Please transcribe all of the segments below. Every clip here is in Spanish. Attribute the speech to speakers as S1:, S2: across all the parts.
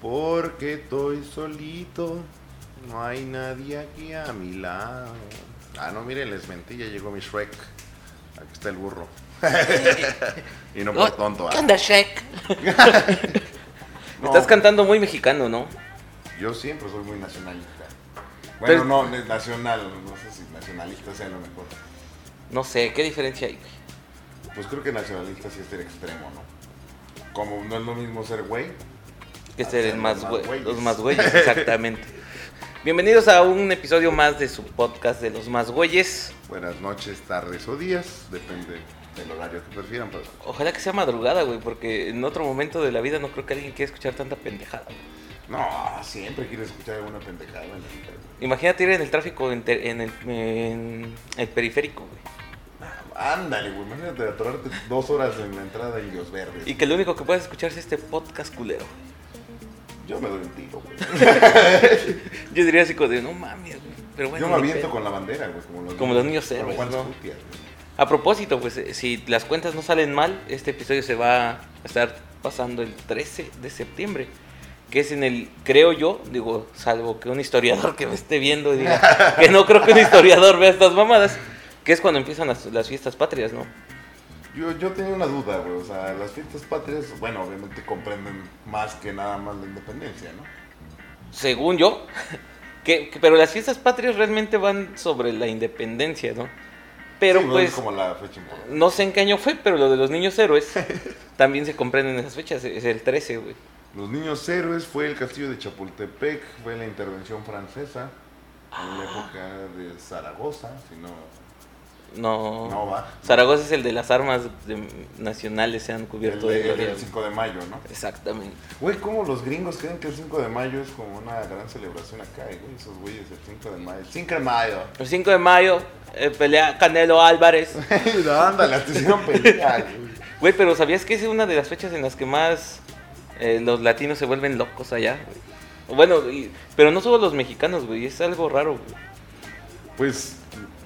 S1: Porque estoy solito, no hay nadie aquí a mi lado. Ah, no, miren, les mentí, ya llegó mi Shrek. Aquí está el burro. y no por tonto.
S2: ¿Qué
S1: ah.
S2: onda, Shrek?
S1: No,
S3: Estás cantando muy mexicano, ¿no?
S1: Yo siempre soy muy nacionalista. Bueno,
S3: Pero-
S1: no, no es nacional, no sé si nacionalista sea lo mejor.
S3: No sé, ¿qué diferencia hay? güey?
S1: Pues creo que nacionalista sí es el extremo, ¿no? Como no es lo mismo ser güey.
S3: Que
S1: Ah,
S3: ser el
S1: los
S3: más
S1: más
S3: güey-
S1: güeyes.
S3: los más güeyes, exactamente. Bienvenidos a un episodio más de su podcast de los más güeyes.
S1: Buenas noches, tardes o días, depende del horario que prefieran. Pero
S3: Ojalá que sea madrugada, güey, porque en otro momento de la vida no creo que alguien quiera escuchar tanta pendejada. güey.
S1: no, siempre quieres escuchar alguna pendejada. en la vida, güey.
S3: Imagínate ir en el tráfico en, ter- en el, en el periférico, güey.
S1: Ándale, güey, imagínate atorarte dos horas en la entrada en Dios Verde.
S3: Y que lo único que puedes escuchar es este podcast culero.
S1: Yo me doy un tiro, güey.
S3: Yo diría así como de, no mames, güey. Pero bueno,
S1: Yo me
S3: ni
S1: aviento
S3: pedo.
S1: con la bandera, güey, como los,
S3: Como los niños héroes,
S1: Como Juan
S3: ¿no?
S1: Scutia, güey.
S3: A propósito, pues eh, si las cuentas no salen mal, este episodio se va a estar pasando el 13 de septiembre, que es en el, creo yo, digo, salvo que un historiador que me esté viendo y diga, que no creo que un historiador vea estas mamadas, que es cuando empiezan las, las fiestas patrias, ¿no?
S1: Yo, yo tenía una duda, güey. O sea, las fiestas patrias, bueno, obviamente comprenden más que nada más la independencia, ¿no?
S3: Según yo, que, que- pero las fiestas patrias realmente van sobre la independencia, ¿no? Pero
S1: Sí, güey,
S3: pues...
S1: Es como la fecha importante.
S3: No sé en qué año fue, pero lo de los niños héroes también se comprenden en esas fechas, es el 13, güey.
S1: Los niños héroes fue el castillo de Chapultepec, fue la intervención francesa en
S3: Ah.
S1: la época de Zaragoza, si no,
S3: No.
S1: no va.
S3: Zaragoza es el de las armas de- nacionales se han
S1: El,
S3: cubierto de,
S1: de- el
S3: gloria.
S1: del 5 de mayo, ¿no?
S3: Exactamente.
S1: Güey, ¿cómo los gringos creen que el 5 de mayo es como una gran celebración acá, eh, güey? Esos güeyes, el 5 de mayo. 5 de mayo.
S3: El 5 de mayo eh, pelea Canelo Álvarez.
S1: Ándale, hasta hicieron pelea, güey.
S3: Güey, pero ¿sabías que es una de las fechas en las que más eh, los latinos se vuelven locos allá? güey? Bueno, y- pero no solo los mexicanos, güey, es algo raro. güey.
S1: Pues,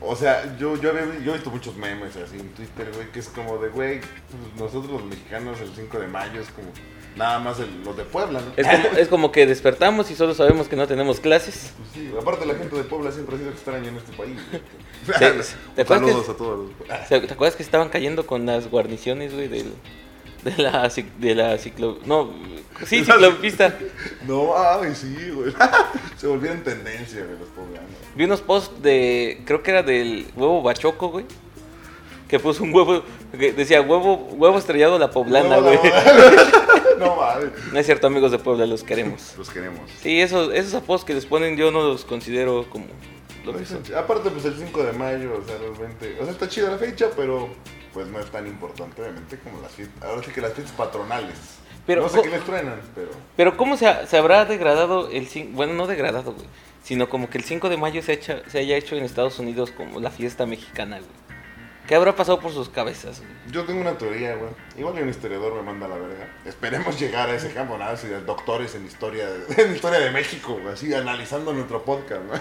S1: o sea, yo, yo, había vi- yo he visto muchos memes así en Twitter, güey, que es como de, güey, pues, nosotros los mexicanos el 5 de mayo es como nada más el- los de Puebla, ¿no?
S3: Es como, es como que despertamos y solo sabemos que no tenemos clases.
S1: Pues sí, aparte la gente de Puebla siempre ha sido extraña en este país. güey.
S3: Sí, sí. ¿Te acuerdas
S1: Saludos
S3: que-
S1: a todos. los-
S3: O sea, ¿Te acuerdas que estaban cayendo con las guarniciones, güey, del- de la, cic- de la ciclo... No, sí, ciclopista.
S1: No, ay, sí, güey. Se volvieron tendencia, güey, los poblanos.
S3: Vi unos posts de, creo que era del huevo bachoco, güey, que puso un huevo, que decía huevo, huevo estrellado la poblana,
S1: No,
S3: güey.
S1: No, no, mames.
S3: No es cierto, amigos de Puebla, los queremos.
S1: Los queremos.
S3: Sí, esos, esos apodos que les ponen yo no los considero como lo que son.
S1: Aparte, pues el 5 de mayo, o sea, realmente. O sea, está chida la fecha, pero pues no es tan importante, obviamente, como las fiestas. Ahora sí que las fiestas patronales.
S3: Pero,
S1: no sé
S3: co-
S1: qué les truenan, pero.
S3: Pero ¿cómo se, ha- se habrá degradado el 5? Bueno, no degradado, güey. Sino como que el 5 de mayo se, hecha- se haya hecho en Estados Unidos como la fiesta mexicana, güey. ¿Qué habrá pasado por sus cabezas, güey?
S1: Yo tengo una teoría, güey. Igual un historiador me manda a la verga. Esperemos llegar a ese campo, nada, si de doctores en historia, de, en historia de México, güey, así analizando nuestro podcast, ¿no?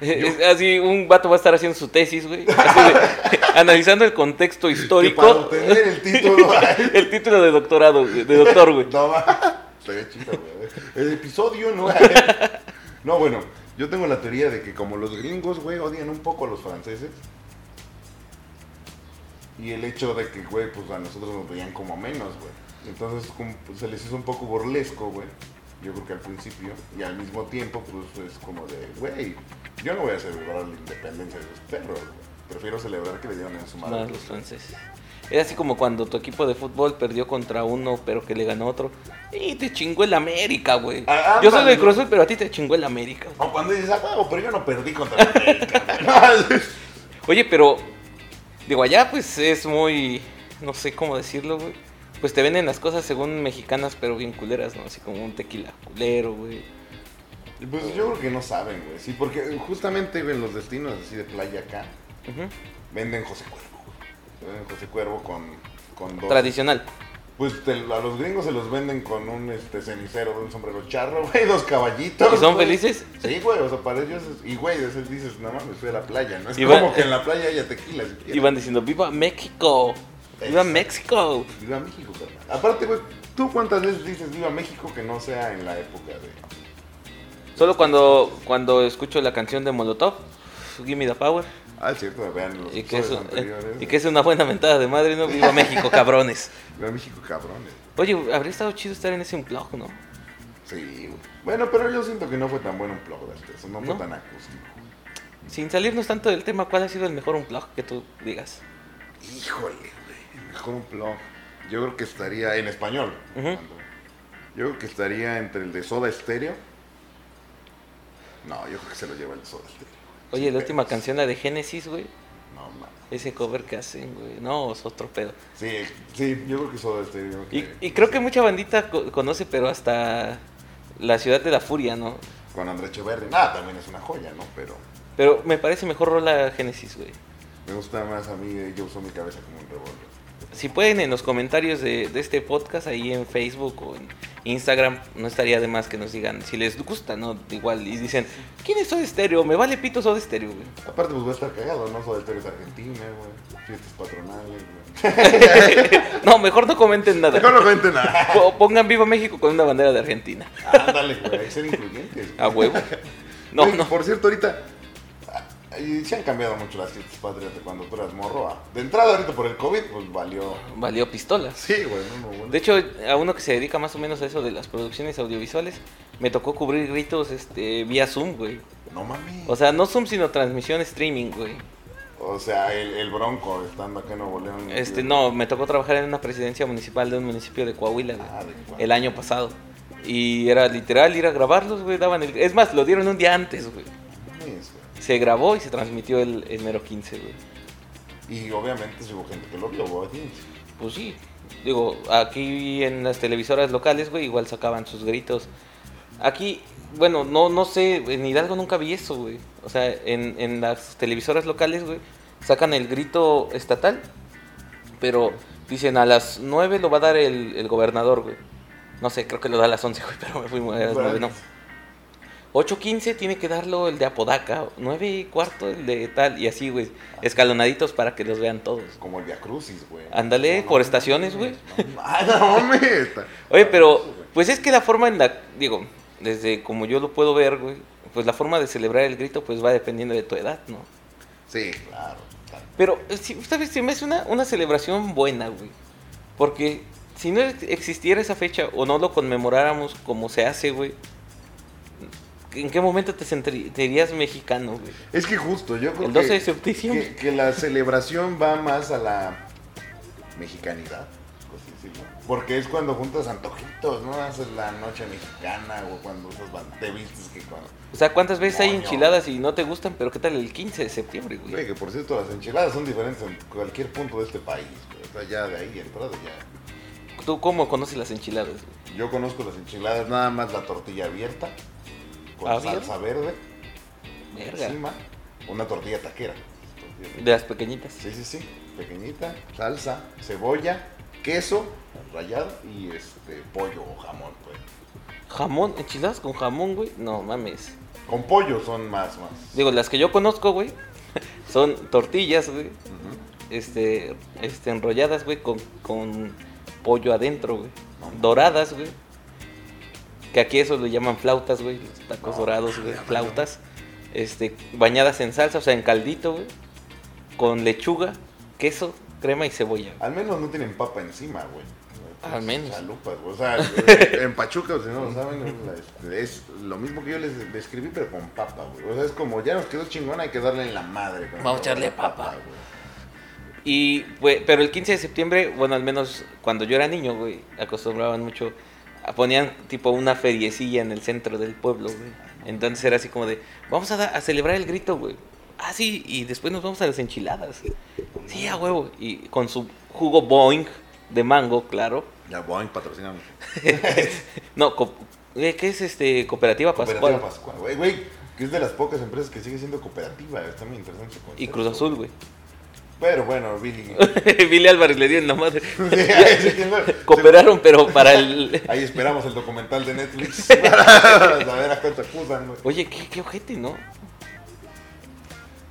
S3: Es Así un vato va a estar haciendo su tesis, güey. así de- analizando el contexto
S1: Que para
S3: histórico.
S1: obtener el título. ay,
S3: El título de doctorado, güey, de doctor, güey.
S1: no, va. Estaría chido, güey. El episodio, ¿no? No, bueno, yo tengo la teoría de que como los gringos, güey, odian un poco a los franceses. Y el hecho de que, güey, pues a nosotros nos veían como menos, güey. Entonces como, pues, se les hizo un poco burlesco, güey. Yo creo que al principio. Y al mismo tiempo, pues es como de, güey, yo no voy a celebrar la independencia de los perros, güey. Prefiero celebrar que le dieron en su madre.
S3: Más los franceses. Es así como cuando tu equipo de fútbol perdió contra uno, pero que le ganó otro. Y te chingó el América, güey.
S1: Ah,
S3: Yo soy de
S1: ándale.
S3: Cruz Azul, pero a ti te chingó el América, güey.
S1: O cuando dices, ah, huevo, pero yo no perdí contra la América.
S3: Oye, pero digo, allá pues es muy, no sé cómo decirlo, güey. Pues te venden las cosas según mexicanas, pero bien culeras, ¿no? Así como un tequila culero, güey.
S1: Y pues yo creo que no saben, güey. Sí, porque justamente güey, en los destinos así de playa acá
S3: Ujú.
S1: venden José Cuervo. güey. Venden José Cuervo con, con dos.
S3: Tradicional.
S1: Pues te- a los gringos se los venden con un este, cenicero, un sombrero charro, güey, dos caballitos.
S3: ¿Y son
S1: güey.
S3: felices?
S1: Sí, güey, o sea, para ellos es- Y, güey, a veces dices, no mames, fui a la playa, ¿no? Es
S3: Y van-
S1: como que en la playa haya tequila. si quieres.
S3: Y van diciendo, ¡Viva México! ¡Viva México!
S1: Viva México, carnal. Aparte, güey, ¿tú cuántas veces dices viva México que no sea en la época de.
S3: Solo cuando, cuando escucho la canción de Molotov, Give Me the Power,
S1: Ah, es cierto, vean los
S3: y que, es,
S1: episodios
S3: un- eh,
S1: anteriores.
S3: y que es una buena mentada de madre, ¿no? Viva México, cabrones.
S1: Viva México, cabrones.
S3: Oye, habría estado chido estar en ese unplug, ¿no?
S1: Sí, güey. Bueno, pero yo siento que no fue tan bueno un plug de eso, no fue
S3: ¿No?
S1: tan acústico.
S3: Sin salirnos tanto del tema, ¿cuál ha sido el mejor unplug que tú digas?
S1: Híjole, güey. Mejor un plug. Yo creo que estaría en español.
S3: Ujú.
S1: hablando. Yo creo que estaría entre el de Soda Stereo. No, yo creo que se lo lleva el de Soda Stereo.
S3: Oye, la última canción, la de Genesis, güey.
S1: No, mames.
S3: Ese cover que hacen, güey. No, es otro pedo.
S1: Sí, sí, yo creo que Soda Stereo.
S3: Y, y creo que mucha bandita co- conoce, pero hasta la ciudad de la furia, ¿no?
S1: Con André Echeverri. Nada, también es una joya, ¿no? Pero
S3: Pero me parece mejor rola Génesis, güey.
S1: me gusta más a mí. eh, Yo uso mi cabeza como un revólver.
S3: Si pueden en los comentarios de, de este podcast, ahí en Facebook o en Instagram, no estaría de más que nos digan si les gusta, ¿no? Igual, y dicen, ¿quién es Soda Stereo? Me vale pito Soda Stereo, güey.
S1: Aparte, pues va a estar cagado, ¿no? Soda Stereo es Argentina, güey. Fiestas patronales, güey.
S3: No, mejor no comenten nada.
S1: Mejor no cuente nada.
S3: Po- Pongan Viva México con una bandera de Argentina.
S1: Ándale, güey. Hay que ser incluyentes. güey.
S3: A huevo. No,
S1: Güey,
S3: no.
S1: Por cierto, ahorita ah, y se han cambiado mucho las fiestas patrias de cuando tú eras morro. ah. De entrada, ahorita por el COVID, pues valió.
S3: Valió pistolas.
S1: Sí, güey, no, no,
S3: De hecho, a uno que se dedica más o menos a eso de las producciones audiovisuales, me tocó cubrir gritos este, vía Zoom, güey.
S1: no mames.
S3: O sea, no Zoom, sino transmisión streaming, güey.
S1: O sea, el, el bronco estando acá en Nuevo León.
S3: Este, no, me tocó trabajar en una presidencia municipal de un municipio de Coahuila, güey,
S1: Ah, de Coahuila.
S3: el año pasado. Y era literal ir a grabarlos, güey, daban el... Es más, lo dieron un día antes, güey.
S1: mames, güey.
S3: Se grabó y se transmitió el enero 15, güey.
S1: Y obviamente sí hubo gente que lo vio, güey.
S3: Pues sí. Digo, aquí en las televisoras locales, güey, igual sacaban sus gritos. Aquí, bueno, no, no sé, en Hidalgo nunca vi eso, güey. O sea, en, en las televisoras locales, güey, sacan el grito estatal, pero dicen a las 9 lo va a dar el, el gobernador, güey. No sé, creo que lo da a las 11, güey, pero me fui muy a las 9, no. 8.15 tiene que darlo el de Apodaca, 9 y cuarto el de tal, y así, güey, escalonaditos para que los vean todos.
S1: Como el Via Crucis, güey.
S3: Ándale, por estaciones, güey.
S1: No, Ah, no mames. está-
S3: Oye, pero pues es que la forma en la, digo, desde como yo lo puedo ver, güey, pues la forma de celebrar el grito pues va dependiendo de tu edad, ¿no?
S1: Sí, claro. claro.
S3: Pero, eh, si, ¿sabes? Se me hace una, una celebración buena, güey. Porque si no ex- existiera esa fecha o no lo conmemoráramos como se hace, güey, ¿en qué momento te sentirías mexicano, güey?
S1: Es que justo, yo creo
S3: El 12
S1: que-
S3: de septiembre.
S1: que, que la celebración va más a la mexicanidad. por así decirlo. Porque es cuando juntas antojitos, ¿no? Haces la noche mexicana o cuando usas ban- te vistes que cuando...
S3: O sea, ¿cuántas veces hay
S1: Coño.
S3: enchiladas y no te gustan? Pero ¿qué tal el 15 de septiembre, güey?
S1: Güey, que por cierto, las enchiladas son diferentes en cualquier punto de este país. güey. O sea, ya de ahí entrado ya.
S3: ¿Tú cómo conoces las enchiladas, güey?
S1: Yo conozco las enchiladas nada más la tortilla abierta, con
S3: ¿Abierta?
S1: salsa verde,
S3: Verga.
S1: encima, una tortilla taquera. Tortilla
S3: De las pequeñitas.
S1: Sí, sí, sí. Pequeñita, salsa, cebolla, queso rallado y este pollo o jamón, pues.
S3: Jamón, enchiladas con jamón, güey. No mames.
S1: Con pollo son más, más.
S3: Digo, las que yo conozco, güey, son tortillas, güey,
S1: Ujú.
S3: este, este, enrolladas, güey, con, con pollo adentro, güey.
S1: No.
S3: Doradas, güey. Que aquí eso lo llaman flautas, güey. Los tacos
S1: No,
S3: dorados, güey.
S1: no, no.
S3: Flautas. Este, bañadas en salsa, o sea, en caldito, güey. Con lechuga, queso, crema y cebolla. güey.
S1: Al menos no tienen papa encima, güey. Pues,
S3: Al menos.
S1: Chalupas, güey. O sea, eh, en Pachuca, o si no lo saben, es, la- este, es lo mismo que yo les describí, pero con papa, güey. O sea, es como ya nos quedó chingona, hay que darle en la madre. con
S3: Vamos a echarle
S1: la
S3: papa.
S1: güey.
S3: Y, güey, pero el 15 de septiembre, bueno, al menos cuando yo era niño, güey, acostumbraban mucho, a- ponían tipo una feriecilla en el centro del pueblo, güey. Entonces era así como de, vamos a, da- a celebrar el grito, güey. Ah, sí, y después nos vamos a las enchiladas. Sí, a huevo. Y con su jugo boing de mango, claro.
S1: Ya, Boeing patrocina
S3: No, co- eh, ¿qué es este? Cooperativa Pascual.
S1: Cooperativa Pascual, güey, güey. Que es de las pocas empresas que sigue siendo cooperativa. Está muy interesante. su
S3: Y
S1: concepto.
S3: Cruz Azul, güey.
S1: Pero bueno, Billy.
S3: Billy Álvarez le dio en la madre.
S1: Sí, ahí sí que no.
S3: Cooperaron, pero para el...
S1: Ahí esperamos el documental de Netflix para saber a cuánto acusan, güey.
S3: Oye, qué, qué ojete, ¿no?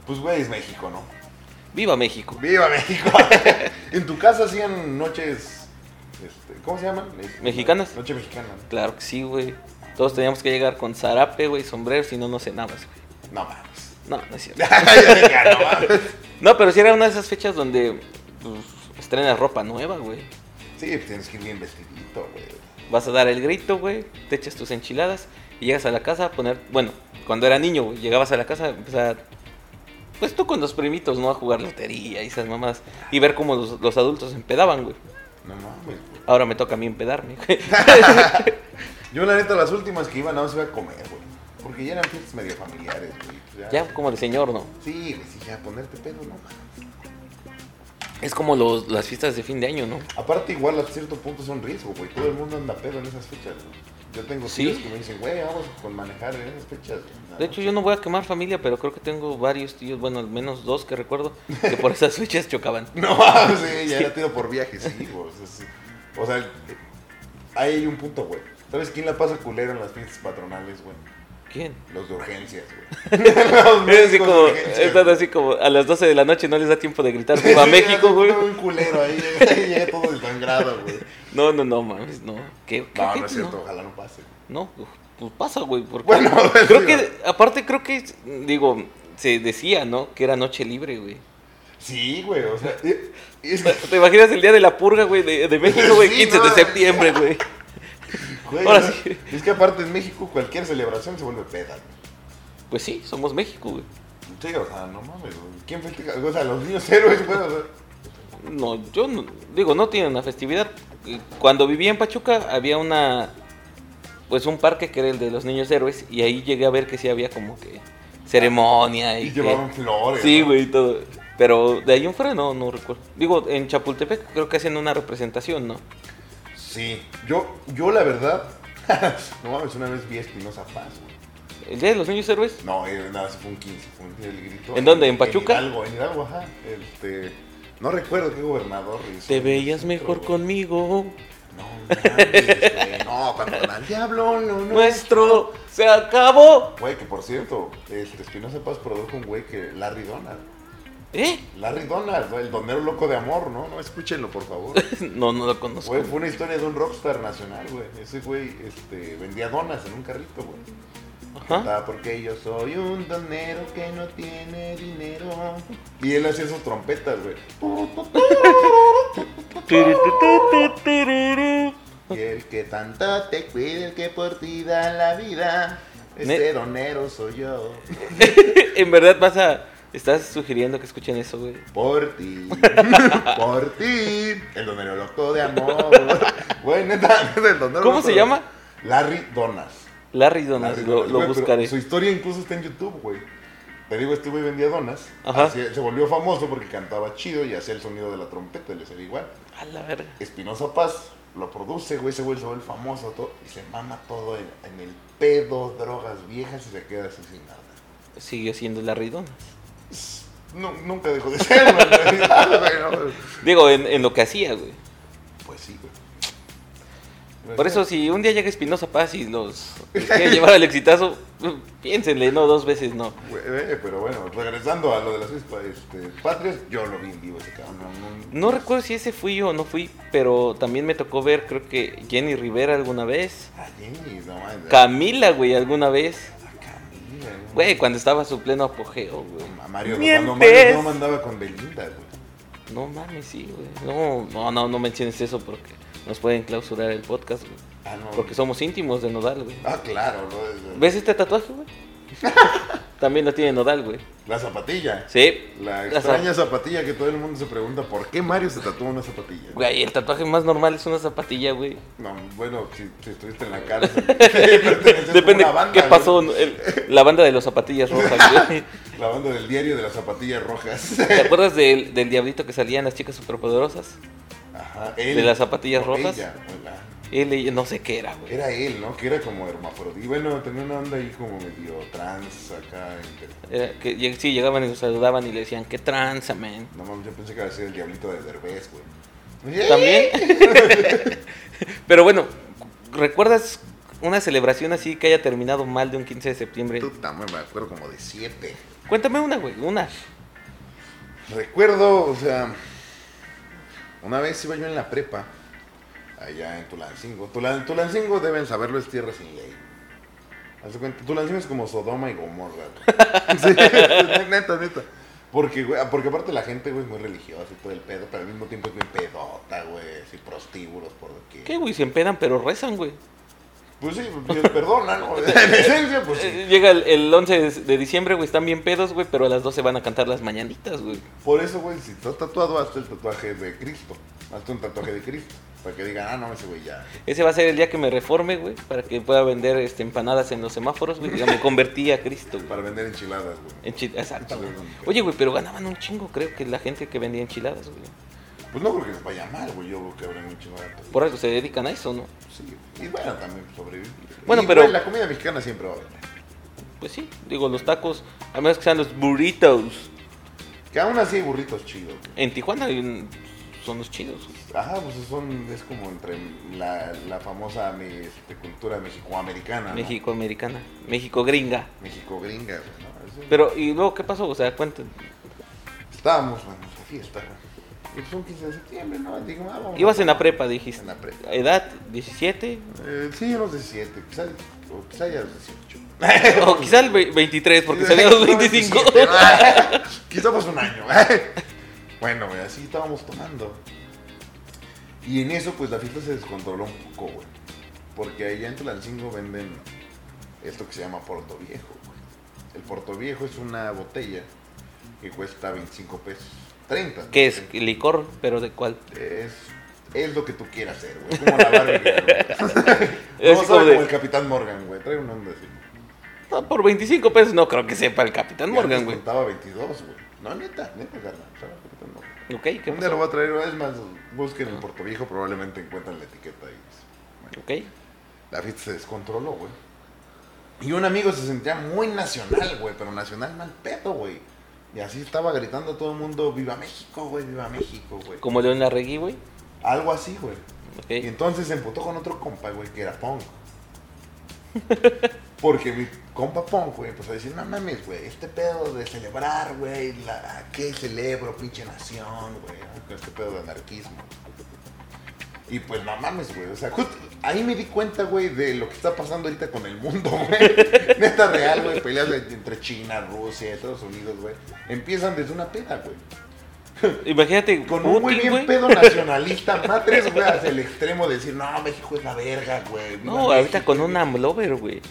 S1: Pues, güey, es México, ¿no?
S3: ¡Viva México!
S1: ¡Viva México! en tu casa hacían noches. este, ¿Cómo se llaman? Eh,
S3: Mexicanas.
S1: Noche mexicana.
S3: Claro que sí, güey. Todos teníamos que llegar con zarape, güey, sombrero, si no, no cenabas, güey.
S1: No mames.
S3: No, no es cierto.
S1: Ya, no mames.
S3: No, pero sí era una de esas fechas donde pues, estrenas ropa nueva, güey.
S1: Sí, pues tienes que ir bien vestidito, güey.
S3: Vas a dar el grito, güey, te echas tus enchiladas y llegas a la casa a poner... Bueno, cuando era niño, güey, llegabas a la casa, empezaba... Pues tú con los primitos, ¿no? A jugar lotería y esas mamadas. Y ver cómo los, los adultos empedaban, güey.
S1: No mames, güey.
S3: Ahora me toca a mí empedarme, güey.
S1: Yo, la neta, las últimas que iba, nada más iba a comer, güey. Porque ya eran fiestas medio familiares, güey. pues
S3: ya como de señor, ¿no?
S1: Sí, güey, sí, ya ponerte pedo, no mames.
S3: Es como los, las fiestas de fin de año, ¿no?
S1: Aparte, igual a cierto punto es un riesgo, güey. Todo el mundo anda pedo en esas fechas, güey. Yo tengo
S3: Sí.
S1: tíos que me dicen, güey, vamos con manejar en esas fechas. güey. Nada.
S3: De hecho, yo no voy a quemar familia, pero creo que tengo varios tíos, bueno, al menos dos que recuerdo, que por esas fechas chocaban.
S1: No, sí, ya la tiro por viaje, sí, güey. O sea, sí. O sea, ahí hay un punto, güey. ¿Sabes quién la pasa culero en las fiestas patronales, güey?
S3: ¿Quién?
S1: Los de urgencias, güey. Los
S3: Es así
S1: médicos de
S3: como,
S1: urgencias,
S3: están así como a las 12 de la noche no les da tiempo de gritar
S1: Sí,
S3: viva
S1: sí,
S3: México,
S1: así
S3: güey.
S1: todo Un culero ahí, eh, ahí llega todo desangrado, güey.
S3: No, no, no, mames, no. ¿Qué, qué-
S1: No,
S3: qué-
S1: no es cierto, ojalá no pase.
S3: No, no, pues pasa, güey. Porque
S1: Bueno, pues,
S3: creo
S1: sí,
S3: que, aparte, creo que, digo, se decía, ¿no? Que era noche libre, güey.
S1: Sí, güey, o sea, eh, es que,
S3: ¿Te imaginas el día de la purga, güey, de, de México, güey?
S1: Sí,
S3: 15 de
S1: no.
S3: septiembre, güey.
S1: güey,
S3: Ahora
S1: o sea,
S3: sí.
S1: es que aparte en México cualquier celebración se vuelve peda. güey.
S3: Pues sí, somos México, güey.
S1: Sí, o sea, no mames, güey. ¿Quién festeja? O sea, los niños héroes, güey, o sea,
S3: No, yo no- digo, no tienen una festividad. Cuando vivía en Pachuca había una pues un parque que era el de los niños héroes y ahí llegué a ver que sí había como que ceremonia y,
S1: y
S3: que-
S1: llevaban flores.
S3: Sí,
S1: ¿no?
S3: güey, y todo. Pero de ahí en fuera no, no recuerdo. Digo, en Chapultepec creo que hacen una representación, ¿no?
S1: Sí, yo, yo la verdad, no mames, una vez vi a Espinosa Paz, güey.
S3: El día de los niños héroes.
S1: No, eh, nada, sí fue un 15, fue un el grito.
S3: ¿En dónde? ¿En Pachuca?
S1: En Hidalgo, en Hidalgo, ajá. Este, no recuerdo qué gobernador. hizo
S3: Te
S1: el
S3: veías
S1: centro,
S3: mejor
S1: güey.
S3: conmigo.
S1: No, mames, güey. no, cuando al diablo, no, no.
S3: Pues- Nuestro se acabó.
S1: Güey, que por cierto, este Espinosa Paz produjo un güey que Larry Donald.
S3: ¿Eh?
S1: Larry Donald, güey, el donero loco de amor, ¿no? No, escúchenlo, por favor.
S3: No, no lo conozco.
S1: Güey, fue una historia de un rockstar nacional, güey. Ese güey este, vendía donas en un carrito, güey.
S3: Ajá.
S1: Cantaba, porque yo soy un donero que no tiene dinero. Y él hacía sus trompetas, güey. Y el que tanto te cuida, el que por ti da la vida. Este
S3: Ne-
S1: donero soy yo.
S3: En verdad vas a. Estás sugiriendo que escuchen eso, güey.
S1: Por ti. Por ti. El donero loco de amor. Güey, neta, neta, el donero
S3: ¿Cómo
S1: loco
S3: se
S1: de-
S3: llama?
S1: Larry Donas.
S3: Larry Donas,
S1: Larry
S3: lo,
S1: Donas,
S3: lo
S1: güey, pero
S3: buscaré.
S1: Su historia incluso está en YouTube, güey. Te digo, este güey vendía donas.
S3: Ajá.
S1: hacía- se volvió famoso porque cantaba chido y hacía el sonido de la trompeta y le salía igual.
S3: A la verga.
S1: Espinosa Paz lo produce, güey, ese güey se vuelve famoso todo, y se mama todo en, en el pedo, drogas viejas y se queda así sin nada.
S3: Siguió siendo Larry Donas.
S1: Nu- nunca dejó de ser, güey, en realidad, güey, no.
S3: Digo, en, en lo que hacía, güey.
S1: Pues sí, güey. Pues
S3: Por eso, si un día llega Espinosa Paz y los los quiere llevar al exitazo, piénsenle, no, dos veces no.
S1: Güey, eh, pero bueno, regresando a lo de las fiestas, este, patrias, yo lo vi en vivo ese cabrón. no-
S3: No recuerdo si ese fui yo o no fui, pero también me tocó ver, creo que Jenny Rivera alguna vez.
S1: Ah, Jenny, no mames.
S3: Camila, güey, alguna vez.
S1: Ah, Camila, no.
S3: Güey, cuando estaba a su pleno apogeo, güey.
S1: A Mario,
S3: Mientes.
S1: cuando Mario no mandaba con Belinda, güey.
S3: No mames, sí, güey. No, no, no, no menciones eso porque nos pueden clausurar el podcast, güey.
S1: Ah, no.
S3: Porque somos íntimos de Nodal, güey.
S1: Ah, claro, no, es-
S3: ¿Ves este tatuaje, güey? También lo tiene Nodal, güey.
S1: La zapatilla.
S3: Sí.
S1: La
S3: La
S1: extraña zapatilla que todo el mundo se pregunta por qué Mario se tatuó una zapatilla.
S3: Güey, el tatuaje más normal es una zapatilla, güey.
S1: No, bueno, si, si estuviste en la cárcel. perteneces a
S3: Depende
S1: una banda,
S3: qué
S1: güey.
S3: pasó. el- la banda de los zapatillas rojas, güey.
S1: La banda del diario de las zapatillas rojas.
S3: ¿Te acuerdas del, del diablito que salían las chicas superpoderosas?
S1: Ajá, él.
S3: ¿De las zapatillas
S1: o
S3: rojas?
S1: ella, o la-
S3: Él y- no sé qué era, güey.
S1: Era él, ¿no? Que era como hermafrodita. Bueno, tenía una onda ahí como medio trans acá. entre-
S3: Era que, lleg- sí, llegaban y nos saludaban y le decían, qué tranza, man.
S1: No mames, yo pensé que iba a ser el diablito de Derbez, güey.
S3: También. Pero bueno, ¿recuerdas una celebración así que haya terminado mal de un 15 de septiembre?
S1: Puta, madre, me acuerdo como de siete.
S3: Cuéntame una, güey, una.
S1: Recuerdo, o sea, una vez iba yo en la prepa, allá en Tulancingo. Tulan- Tulancingo deben saberlo, es tierra sin ley. Haz de cuenta, Tulancingo es como Sodoma y Gomorra. güey. Sí, neta, neta. Porque, güey, porque aparte la gente, güey, es muy religiosa y todo el pedo, pero al mismo tiempo es muy pedota, güey, así prostíbulos por aquí.
S3: ¿Qué, güey? Se empedan, pero rezan, güey.
S1: Pues sí, Dios perdona, ¿no? En esencia, pues sí.
S3: Eh, Llega el, el 11 de- de diciembre, güey, están bien pedos, güey, pero a las 12 van a cantar las mañanitas, güey.
S1: Por eso, güey, si estás tatuado, hazte el tatuaje de Cristo. Hazte un tatuaje de Cristo. Para que digan, ah, no, ese güey ya.
S3: Ese va a ser el día que me reforme, güey, para que pueda vender este, empanadas en los semáforos, güey. Ya me convertí a Cristo, güey.
S1: Para vender enchiladas, güey.
S3: Enchi- Exacto. güey. Oye, güey, pero ganaban un chingo, creo que la gente que vendía enchiladas, güey.
S1: Pues no creo que les vaya mal, güey. Yo creo que habrá mucho barato. pues
S3: Por algo se dedican a eso, ¿no?
S1: Sí. Y bueno, también sobrevivir.
S3: Bueno,
S1: Y,
S3: pero-
S1: güey, la comida mexicana siempre va a haber.
S3: Pues sí, digo, los tacos, a menos que sean los burritos.
S1: Que aún así hay burritos chidos. güey.
S3: En Tijuana hay un- son los chidos. güey.
S1: Ajá, pues son, es como entre la, la famosa mi, este, cultura mexicoamericana. ¿no?
S3: México americana, México gringa.
S1: México gringa, güey. ¿no? Eso-
S3: Pero, ¿y luego qué pasó? O sea, cuenta.
S1: Estábamos en nuestra fiesta, güey. Y son 15 de septiembre, ¿no? Digo, ah, vamos
S3: Ibas
S1: a-
S3: en la prepa, dijiste.
S1: En la prepa.
S3: Edad, 17.
S1: Eh, sí, a los 17, quizás, o quizá ya a los 18.
S3: o quizá el ve- 23, porque salía a los 25.
S1: quizá pasó un año. bueno, güey, así estábamos tomando. Y en eso, pues la fiesta se descontroló un poco, güey. Porque allá en Tulancingo venden esto que se llama Porto Viejo, güey. El Porto Viejo es una botella que cuesta 25 pesos. 30.
S3: ¿Qué es? Licor, pero ¿de cuál?
S1: Es, es lo que tú quieras hacer, güey. Como la Barbie Girl, güey.
S3: Es
S1: No
S3: como
S1: sabe como
S3: de-
S1: el Capitán Morgan, güey. Trae un nombre así.
S3: No, por 25 pesos no creo que sepa el Capitán
S1: Ya
S3: Morgan,
S1: nos
S3: güey.
S1: contaba 22, güey. No, neta, neta, carnal. sabe el Capitán Morgan.
S3: Ok, ¿qué
S1: Un día lo
S3: pasó? Ah.
S1: voy a traer, es más, busquen en Puerto Viejo, probablemente encuentran la etiqueta ahí.
S3: Ok.
S1: La fiesta se descontroló, güey. Y un amigo se sentía muy nacional, güey, pero nacional mal pedo, güey. Y así estaba gritando todo el mundo, viva México, güey, viva México, güey.
S3: Como León Larregui, güey.
S1: Algo así, güey. Y
S3: Ok.
S1: entonces se emputó con otro compa, güey, que era Punk. Porque mi compa Punk, güey, empezó a decir, no mames, güey, este pedo de celebrar, güey, la, ¿a ¿qué celebro, pinche nación, güey? ¿no? Con Este pedo de anarquismo. Y pues no mames, güey, o sea, justo ahí me di cuenta, güey, de lo que está pasando ahorita con el mundo, güey. Neta real, güey, peleas de- entre China, Rusia, Estados Unidos, güey. Empiezan desde una peda, güey.
S3: Imagínate,
S1: Con un güey
S3: Putin,
S1: bien
S3: güey.
S1: pedo nacionalista, matres, güey, hacia el extremo de decir, no, México es la verga, güey. viva
S3: No, ahorita
S1: México".
S3: con un amlover, güey.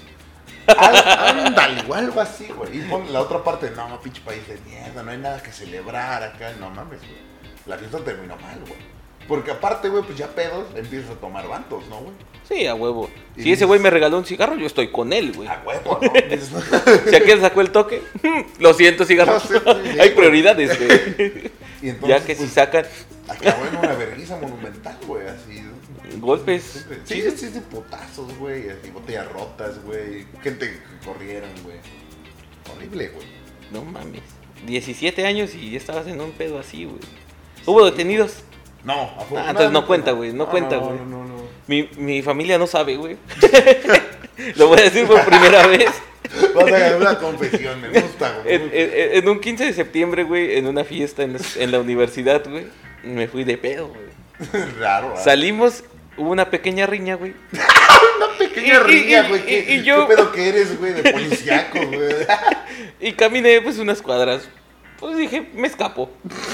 S1: Al- Ándale, o algo así, güey. Y pon la otra parte, no, pinche país de mierda, no hay nada que celebrar acá, no mames, güey. La fiesta terminó mal, güey. Porque aparte, güey, pues ya pedos, empiezas a tomar bandos, ¿no, güey?
S3: Sí, a huevo.
S1: Y
S3: Si ese
S1: dices-
S3: güey me regaló un cigarro, yo estoy con él, güey.
S1: A huevo, ¿no? Dices, "No".
S3: Si aquí sacó el toque, mm, lo siento, cigarro.
S1: No sé, sí,
S3: Hay
S1: sí.
S3: prioridades, güey.
S1: y entonces,
S3: Ya que si
S1: pues,
S3: sacan
S1: acabó en una vergüenza monumental, güey, así. ¿no?
S3: golpes.
S1: Sí, sí, sí, putazos, güey. Así, botellas rotas, güey. Gente que corrieron, güey. Horrible, güey.
S3: No mames. 17 años y ya estabas en un pedo así, güey. Hubo detenidos.
S1: No,
S3: Ah, entonces no cuenta, güey, no cuenta, güey.
S1: No, no, no, no.
S3: Mi, mi familia no sabe, güey. Lo voy a decir por primera vez.
S1: Vas a ganar una confesión, me gusta, güey.
S3: En, en- en un 15 de septiembre, güey, en una fiesta en, las- en la universidad, güey, me fui de pedo, güey.
S1: Raro, güey.
S3: Salimos, hubo una pequeña riña, güey.
S1: Una pequeña
S3: y- y-
S1: riña, güey.
S3: y-
S1: ¿Qué,
S3: y yo-
S1: qué pedo que eres, güey, de policíaco, güey?
S3: Y caminé, pues, unas cuadras. Pues dije, me escapo.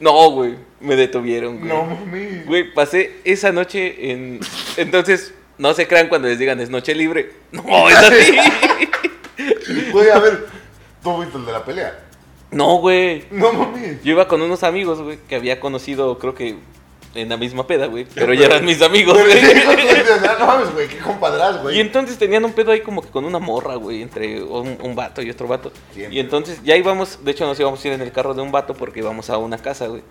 S3: no, güey, me detuvieron, güey.
S1: No, mami.
S3: Güey, pasé esa noche en... Entonces, no se crean cuando les digan, es noche libre. No, es así.
S1: Güey, a ver, tú viste el de la pelea.
S3: no, güey.
S1: No, mami.
S3: Yo iba con unos amigos, güey, que había conocido, creo que en la misma peda, güey. Pero ya eran mis amigos,
S1: Güey,
S3: güey.
S1: No mames, güey, qué compadrás,
S3: Y
S1: güey.
S3: entonces tenían un pedo ahí como que con una morra, güey, entre un, un vato y otro vato.
S1: Siempre.
S3: Y entonces ya íbamos, de hecho nos íbamos a ir en el carro de un vato porque íbamos a una casa, güey,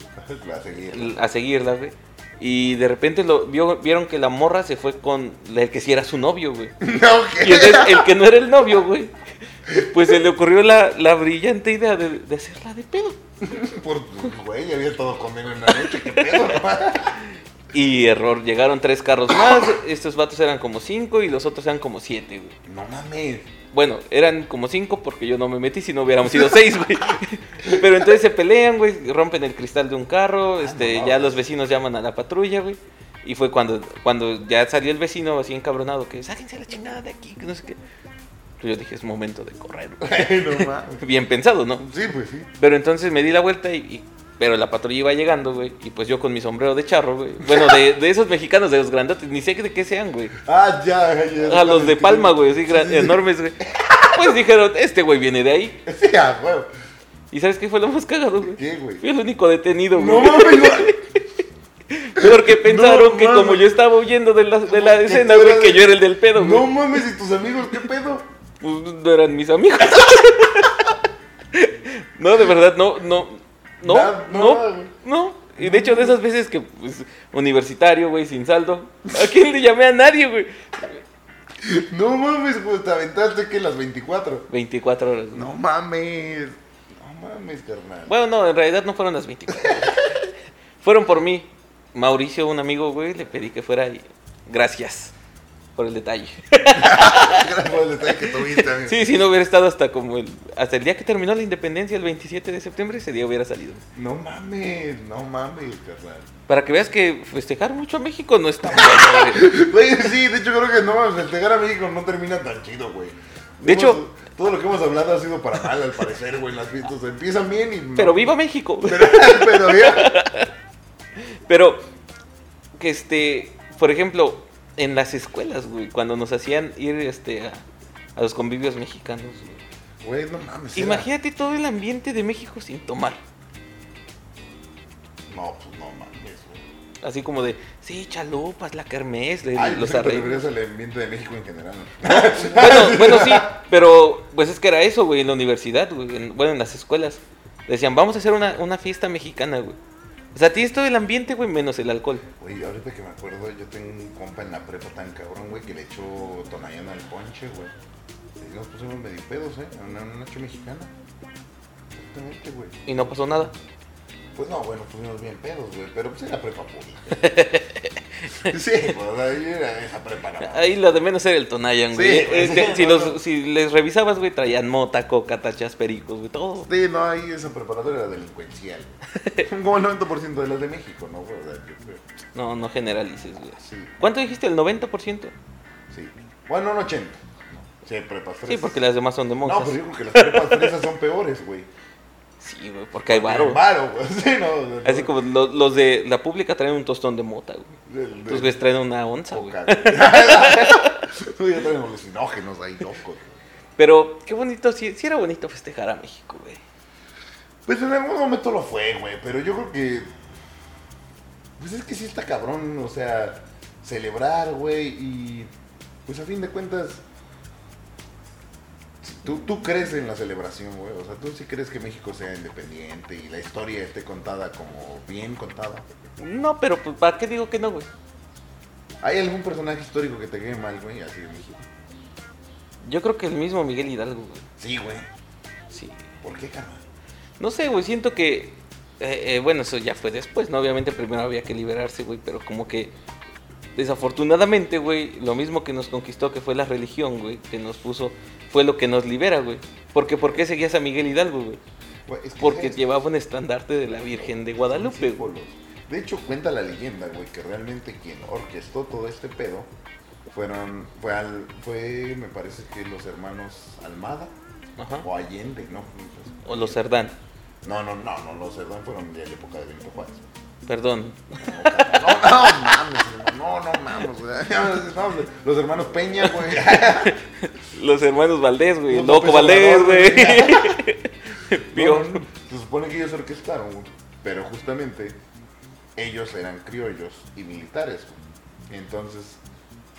S1: La seguí.
S3: a seguirla, güey. Y de repente lo, vio- vieron que la morra se fue con el que sí era su novio, güey.
S1: No, ¿qué?
S3: Y entonces el que no era el novio, güey, pues se le ocurrió la, la brillante idea de, de hacerla de pedo.
S1: Por, güey, había estado conmigo en la noche, qué pedo, no?
S3: Y error, llegaron tres carros más, estos vatos eran como cinco y los otros eran como siete, güey.
S1: No mames.
S3: Bueno, eran como cinco porque yo no me metí si no hubiéramos sido seis, güey. Pero entonces se pelean, güey, rompen el cristal de un carro, este,
S1: no,
S3: ya
S1: güey.
S3: los vecinos llaman a la patrulla, güey. Y fue cuando, cuando ya salió el vecino así encabronado que sáquense la chingada de aquí, que no sé qué. Pues Yo dije, es momento de correr, güey.
S1: no mames.
S3: Bien pensado, ¿no?
S1: Sí, pues sí.
S3: Pero entonces me di la vuelta y, y- pero la patrulla iba llegando, güey, y pues yo con mi sombrero de charro, güey. Bueno, de, de esos mexicanos de los grandotes, ni sé de qué sean, güey.
S1: Ah, ya, ya. ya
S3: A los de
S1: sabes
S3: Palma,
S1: que-
S3: güey, así gran- enormes, güey. Pues dijeron, este güey viene de ahí.
S1: Sí, a huevo.
S3: ¿Y sabes qué fue lo más cagado, güey?
S1: ¿Qué, güey?
S3: Fui el único detenido,
S1: No
S3: güey.
S1: mames, güey.
S3: porque pensaron que
S1: mames.
S3: como yo estaba huyendo de la, de la
S1: Que
S3: escena,
S1: tú
S3: güey,
S1: eras-
S3: que yo era el del pedo,
S1: No
S3: güey.
S1: mames, ¿y tus amigos qué pedo?
S3: Pues no eran mis amigos. no, de verdad, no, no, no,
S1: Nada, nada,
S3: no,
S1: güey.
S3: no. Y de hecho, de esas veces que, pues, universitario, güey, sin saldo. ¿A quién le llamé a nadie, güey?
S1: No mames, pues te aventaste que las 24.
S3: 24 horas. güey.
S1: No mames. No mames, carnal.
S3: Bueno, no, en realidad no fueron las 24. fueron por mí. Mauricio, un amigo, güey, le pedí que fuera y gracias por el detalle.
S1: Gracias por el detalle que tuviste, amigo.
S3: Sí, si no hubiera estado hasta como el, hasta el día que terminó la independencia, el 27 de septiembre, ese día hubiera salido.
S1: No mames, no mames, carnal.
S3: Para que veas que festejar mucho a México no está bueno, güey.
S1: Güey, sí, de hecho creo que no mames, festejar a México no termina tan chido, güey.
S3: De
S1: Hemos-
S3: hecho-
S1: Todo lo que hemos hablado ha sido para mal, al parecer, güey. Las fiestas empiezan bien y...
S3: Pero viva México.
S1: Pero, pero ya...
S3: Pero, que este, por ejemplo, en las escuelas, güey, cuando nos hacían ir este, a, a los convivios mexicanos, güey.
S1: Güey, no mames. era-
S3: Imagínate todo el ambiente de México sin tomar.
S1: No, pues no mames, güey.
S3: Así como de, sí, chalupas, la kermés, de-
S1: Ay,
S3: los
S1: te
S3: arreglos.
S1: refieres al ambiente de México en general. ¿no?
S3: Bueno, bueno, sí, pero pues es que era eso, güey, en la universidad, güey, en- bueno, en las escuelas. Decían, vamos a hacer una, una fiesta mexicana, güey. O sea, tienes todo el ambiente, güey, menos el alcohol.
S1: Güey, ahorita que me acuerdo, yo tengo un compa en la prepa tan cabrón, güey, que le echó tonallana al ponche, güey. Y nos pusimos medio pedos, ¿eh? En una noche mexicana. Exactamente, güey.
S3: Y no pasó nada.
S1: Pues no, bueno, fuimos bien pedos, güey, pero pues era prepa pública. sí, pues ahí era esa prepa. nada más.
S3: Ahí lo de menos era el Tonayan, güey.
S1: Sí, güey,
S3: Es que
S1: sí,
S3: si,
S1: no,
S3: los,
S1: no.
S3: si les revisabas, güey, traían mota, coca, tachas, pericos, güey, todo.
S1: Sí, no, ahí esa preparatoria era delincuencial. güey. Como el 90% de las de México, ¿no? güey? O sea, yo creo.
S3: No, no generalices, güey.
S1: Sí,
S3: ¿Cuánto dijiste? ¿El 90%?
S1: sí. Bueno, un 80. No, Sí, prepas fresas.
S3: Sí, porque las demás son de monjas.
S1: No, pero yo creo que las prepas fresas son peores, güey.
S3: Sí, güey, porque hay varo.
S1: Tienen Varo, güey. Sí, no. o sea,
S3: Así como lo- los de la pública traen un tostón de mota, Pues, güey.
S1: del- del-
S3: Los güeyes traen una onza, güey.
S1: coca, güey. Tú ya traes alucinógenos ahí, locos.
S3: Pero qué bonito, sí, sí era bonito festejar a México, güey.
S1: Pues en algún momento lo fue, güey, pero yo creo que. Pues es que sí está cabrón, o sea, celebrar, güey, y. Pues a fin de cuentas. si Tú, tú crees en la celebración, güey. O sea, tú sí crees que México sea independiente y la historia esté contada como bien contada.
S3: No, pero pues, ¿para qué digo que no, güey?
S1: ¿Hay algún personaje histórico que te quede mal, güey? Así de México.
S3: Yo creo que el mismo Miguel Hidalgo, güey.
S1: Sí, güey.
S3: Sí.
S1: ¿Por qué, carnal?
S3: No sé, güey, siento que... eh, eh, bueno, eso ya fue después, ¿no? Obviamente primero había que liberarse, güey, pero como que... Desafortunadamente, güey, lo mismo que nos conquistó, que fue la religión, güey, que nos puso, fue lo que nos libera, güey. Porque ¿por qué seguías a Miguel Hidalgo, güey?
S1: Güey, es que
S3: Porque
S1: ¿sabes?
S3: llevaba un estandarte de la Virgen de
S1: Sí,
S3: Guadalupe, güey.
S1: polos. De hecho, cuenta la leyenda, güey, que realmente quien orquestó todo este pedo fueron, fue, al, fue, me parece que los hermanos Almada
S3: Ajá.
S1: o Allende, ¿no?
S3: O los Cerdán,
S1: No, no, no, no, los Cerdán fueron de la época de Benito Juárez.
S3: perdón.
S1: No, no, no mames, hermano, no, no mames. güey. No, Los hermanos Peña, güey.
S3: Los hermanos Valdés, güey.
S1: Los
S3: Loco
S1: López
S3: Valdés,
S1: Obrador,
S3: güey.
S1: No,
S3: Pío.
S1: no, no. se supone que ellos orquestaron, güey, pero justamente ellos eran criollos y militares. güey. Entonces,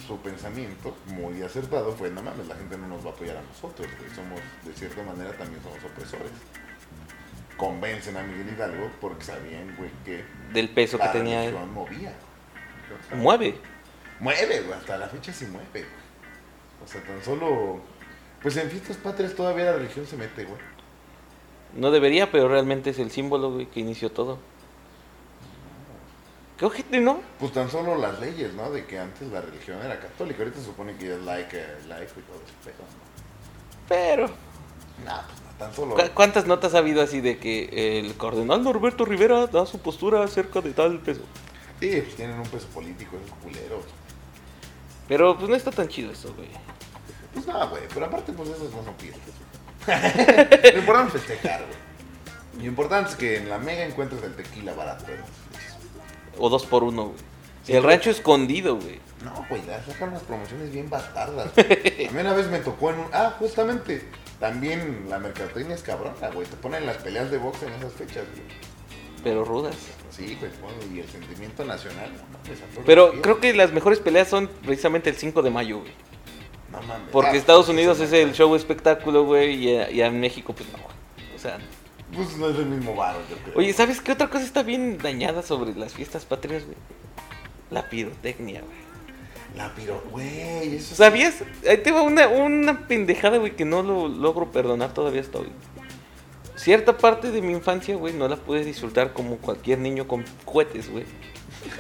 S1: su pensamiento muy acertado fue, no mames, la gente no nos va a apoyar a nosotros, güey, somos, de cierta manera, también somos opresores. Convencen a Miguel Hidalgo porque sabían, güey, que
S3: Del peso que
S1: la
S3: tenía él.
S1: religión movía. O sea,
S3: Mueve.
S1: Mueve, güey, hasta la fecha sí mueve, güey. O sea, tan solo... Pues en fiestas patrias todavía la religión se mete, güey.
S3: No debería, pero realmente es el símbolo, güey, que inició todo. Qué ojete, ¿no?
S1: Pues tan solo las leyes, ¿no? De que antes la religión era católica, ahorita se supone que ya es laica, laico y todo ese pedo, ¿no?
S3: Pero,
S1: Nah, pues no tan solo.
S3: ¿cu- ¿cuántas notas ha habido así de que el cardenal Norberto Rivera da su postura acerca de tal peso?
S1: Sí, pues tienen un peso político, esos culeros.
S3: Pero pues no está tan chido eso, güey.
S1: Pues nada, güey, pero aparte, pues esas no lo pierdes. güey. Lo importante es festejar, güey. Lo importante es que en la mega encuentres el tequila barato. ¿eh? güey.
S3: O dos por uno, güey.
S1: Sí,
S3: el
S1: güey.
S3: rancho escondido, güey.
S1: No, güey, las sacan unas promociones bien bastardas. güey. A mí una vez me tocó en un. Ah, justamente. También la mercadotecnia es cabrona, güey. Te ponen las peleas de box en esas fechas, güey.
S3: Pero rudas.
S1: Sí, güey, bueno, y el sentimiento nacional. No, mames, a todos los
S3: Pero
S1: pies.
S3: creo que las mejores peleas son precisamente el 5 de mayo, güey.
S1: No mames.
S3: Porque
S1: Ah,
S3: Estados
S1: sí,
S3: Unidos
S1: sí,
S3: es
S1: sí.
S3: el show espectáculo, güey, y a, y a México, pues no, güey. O sea,
S1: Pues no es el mismo barrio, yo creo.
S3: oye, ¿sabes qué otra cosa está bien dañada sobre las fiestas patrias, güey? La pirotecnia, güey.
S1: La piro. Güey, eso es-
S3: ¿Sabías? Ahí te va una, una pendejada, güey, que no lo logro perdonar todavía hasta hoy. Cierta parte de mi infancia, güey, no la pude disfrutar como cualquier niño con cohetes, güey.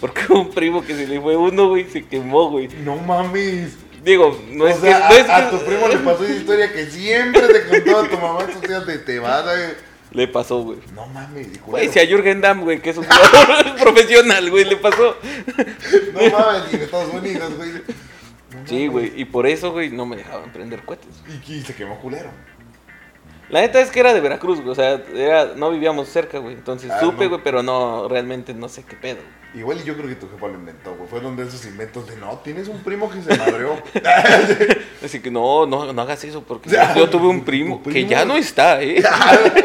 S3: Porque un primo que se le fue uno, güey, se quemó, güey.
S1: No mames.
S3: Digo, no
S1: o
S3: es
S1: sea, a,
S3: que... No es
S1: a
S3: que-
S1: tu primo le pasó esa historia que siempre te contaba tu mamá estos días de te vas a...
S3: Le pasó, güey.
S1: No mames, y
S3: Güey,
S1: culero.
S3: si a Jürgen Damm, güey, que es un jugador profesional, güey, le pasó.
S1: No mames, y en Estados Unidos, güey. No
S3: Sí,
S1: mames.
S3: güey, y por eso, güey, no me dejaban prender cohetes.
S1: Y, que se quemó culero.
S3: La neta es que era de Veracruz, güey, o sea, era, no vivíamos cerca, güey. Entonces
S1: Ah,
S3: supe,
S1: no.
S3: güey, pero no, realmente no sé qué pedo. güey.
S1: Igual y yo creo que tu jefa lo inventó, güey. Fue donde esos inventos de no, tienes un primo que se madreó.
S3: Así que no, no, no hagas eso, porque
S1: Ya.
S3: yo tuve un primo,
S1: ¿Tu
S3: que
S1: primo?
S3: ya no está, ¿eh?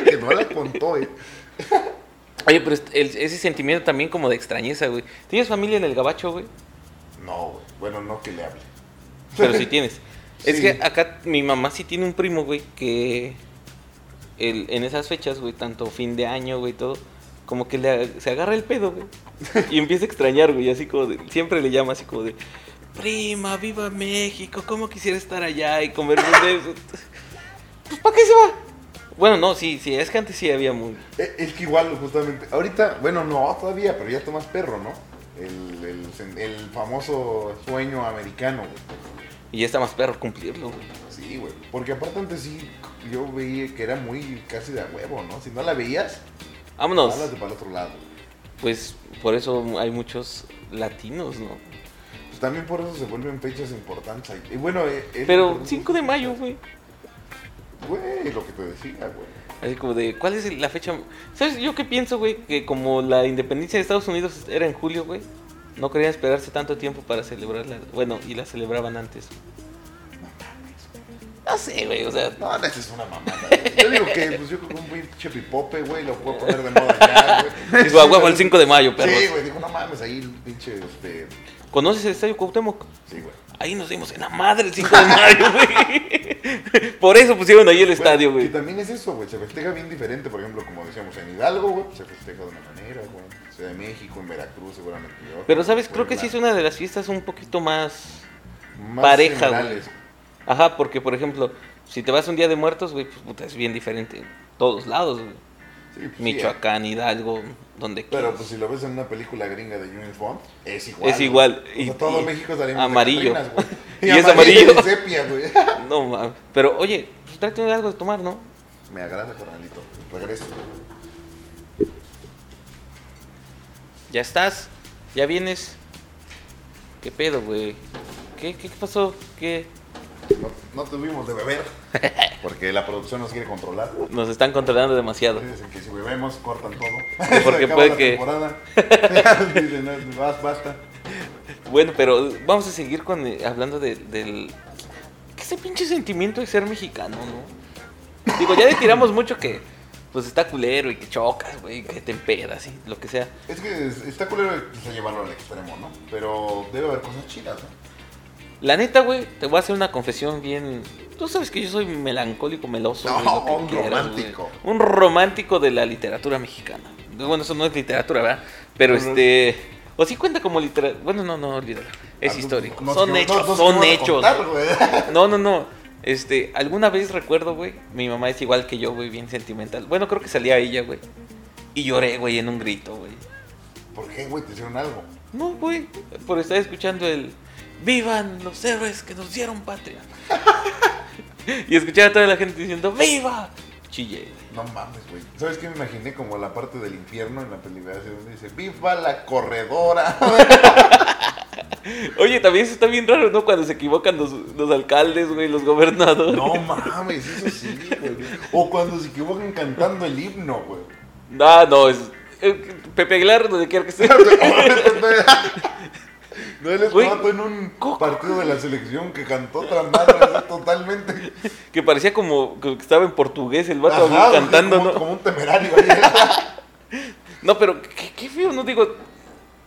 S1: que no la contó, eh.
S3: Oye, pero est- el- ese sentimiento también como de extrañeza, güey. ¿Tienes familia en el gabacho, güey?
S1: No, güey. Bueno, no que le hable.
S3: Pero sí tienes. Es
S1: Sí.
S3: que acá mi mamá sí tiene un primo, güey, que el- en esas fechas, güey, tanto fin de año, güey, todo, como que le, ag- se agarra el pedo, güey. Y empieza a extrañar, güey, así como de, siempre le llama así como de, prima, viva México, ¿cómo quisiera estar allá y comer de Pues, ¿para qué se va? Bueno, no, sí, sí, es que antes sí había muy...
S1: Eh, Es que igual, justamente, ahorita, bueno, no, todavía, pero ya tomas perro, ¿no? El, el sen- el famoso sueño americano, güey.
S3: Y ya está más perro cumplirlo, güey.
S1: Sí, güey. Porque aparte antes sí, yo veía que era muy casi de a huevo, ¿no? Si no la veías,
S3: Vámonos.
S1: háblate para el otro lado. güey.
S3: Pues por eso hay muchos latinos, ¿no?
S1: Pues también por eso se vuelven fechas importantes. ahí. Y bueno, eh, es
S3: Pero
S1: importante-
S3: 5 de mayo, güey.
S1: Güey, lo que te decía, güey.
S3: Así como de, ¿cuál es la fecha? ¿Sabes? Yo qué pienso, güey, que como la independencia de Estados Unidos era en julio, güey, no querían esperarse tanto tiempo para celebrarla. Bueno, y la celebraban antes. No sé, güey, o sea,
S1: No, esa es una mamada. güey. Yo digo que, pues yo creo que un pinche pipope, güey, lo puedo poner de moda ya, güey.
S3: digo, a huevo el 5 de mayo, perros.
S1: Sí, güey, digo, no mames, ahí el pinche, este...
S3: ¿Conoces el estadio Cuauhtémoc?
S1: Sí, güey.
S3: Ahí nos dimos en la madre el 5 de mayo, güey. Por eso pusieron ahí el Este estadio,
S1: Bueno,
S3: güey.
S1: Que también es eso, güey. Se festeja bien diferente. Por ejemplo, como decíamos en Hidalgo, güey. Se festeja de una manera, güey. O sea, en México, en Veracruz, seguramente. de otra,
S3: Pero, ¿sabes?
S1: en
S3: Creo que sí es una de las fiestas un poquito más...
S1: Puebla.
S3: pareja,
S1: semanales.
S3: Ajá, porque, por ejemplo, si te vas un día de muertos, güey, pues, puta, es bien diferente. en Todos lados, güey.
S1: Sí, pues, sí, eh.
S3: Michoacán, Hidalgo, donde
S1: Pero
S3: quieras.
S1: pues si lo ves en una película gringa de James Bond, es igual.
S3: Es
S1: güey.
S3: igual,
S1: O sea,
S3: y-
S1: todo
S3: y-
S1: México estaría
S3: amarillo.
S1: Y,
S3: Y es
S1: amarillo.
S3: amarillo.
S1: y sepia, güey.
S3: No mames. Pero oye, pues tráete algo de tomar, ¿no?
S1: Me agrada, carnalito. Regreso.
S3: Ya estás, ya vienes. ¿Qué pedo, güey? ¿Qué, qué, qué pasó? ¿Qué?
S1: No, no tuvimos de beber. Porque la producción nos quiere controlar.
S3: Nos están controlando demasiado.
S1: Dicen que si bebemos, cortan todo.
S3: porque
S1: Acaba
S3: puede
S1: la
S3: que-
S1: temporada. Dicen, "No, vas, basta.
S3: Bueno, pero vamos a seguir con eh, hablando de- del. ¿Qué ese pinche sentimiento de ser mexicano, no? Digo, ya le tiramos mucho que. Pues está culero y que chocas, güey, que te empedas y lo que sea.
S1: Es que es- está culero quizá llevarlo al extremo, ¿no? Pero debe haber cosas chidas, ¿no?
S3: La neta, güey, te voy a hacer una confesión bien. Tú sabes que yo soy melancólico, meloso.
S1: No,
S3: güey, lo que
S1: un
S3: quieras,
S1: romántico.
S3: güey. Un romántico de la literatura mexicana. Bueno, eso no es literatura, ¿verdad? Pero
S1: No, no.
S3: este. O sí cuenta como literatura. Bueno, no, no, olvídalo. Es
S1: Ah,
S3: histórico.
S1: no- no-
S3: son
S1: no-
S3: hechos,
S1: no- no-
S3: son
S1: no-
S3: hechos.
S1: contar, güey.
S3: No, no, no. Este, alguna vez recuerdo, güey, mi mamá es igual que yo, güey, bien sentimental. Bueno, creo que salía ella, güey. Y lloré, güey, en un grito, güey.
S1: ¿Por qué, güey? Te hicieron algo.
S3: No, güey, por estar escuchando el Vivan los héroes que nos dieron patria. y escuchaba a toda la gente diciendo ¡Viva! Chille.
S1: No mames, güey. ¿Sabes qué me imaginé? Como la parte del infierno en la película donde dice ¡Viva la corredora!
S3: Oye, también eso está bien raro, ¿no? Cuando se equivocan los, los alcaldes, güey, los gobernadores.
S1: no mames, eso sí, güey. O cuando se equivocan cantando el himno, güey.
S3: No, no, es. eh, Pepe Aguilar, donde quiera que esté.
S1: No el
S3: Güey.
S1: plato en un partido de la selección que cantó otra madre así totalmente.
S3: Que parecía como que estaba en portugués el vato
S1: Ajá, güey,
S3: cantando,
S1: como,
S3: ¿no?
S1: como un temerario. ahí.
S3: No, pero qué, qué feo, no digo.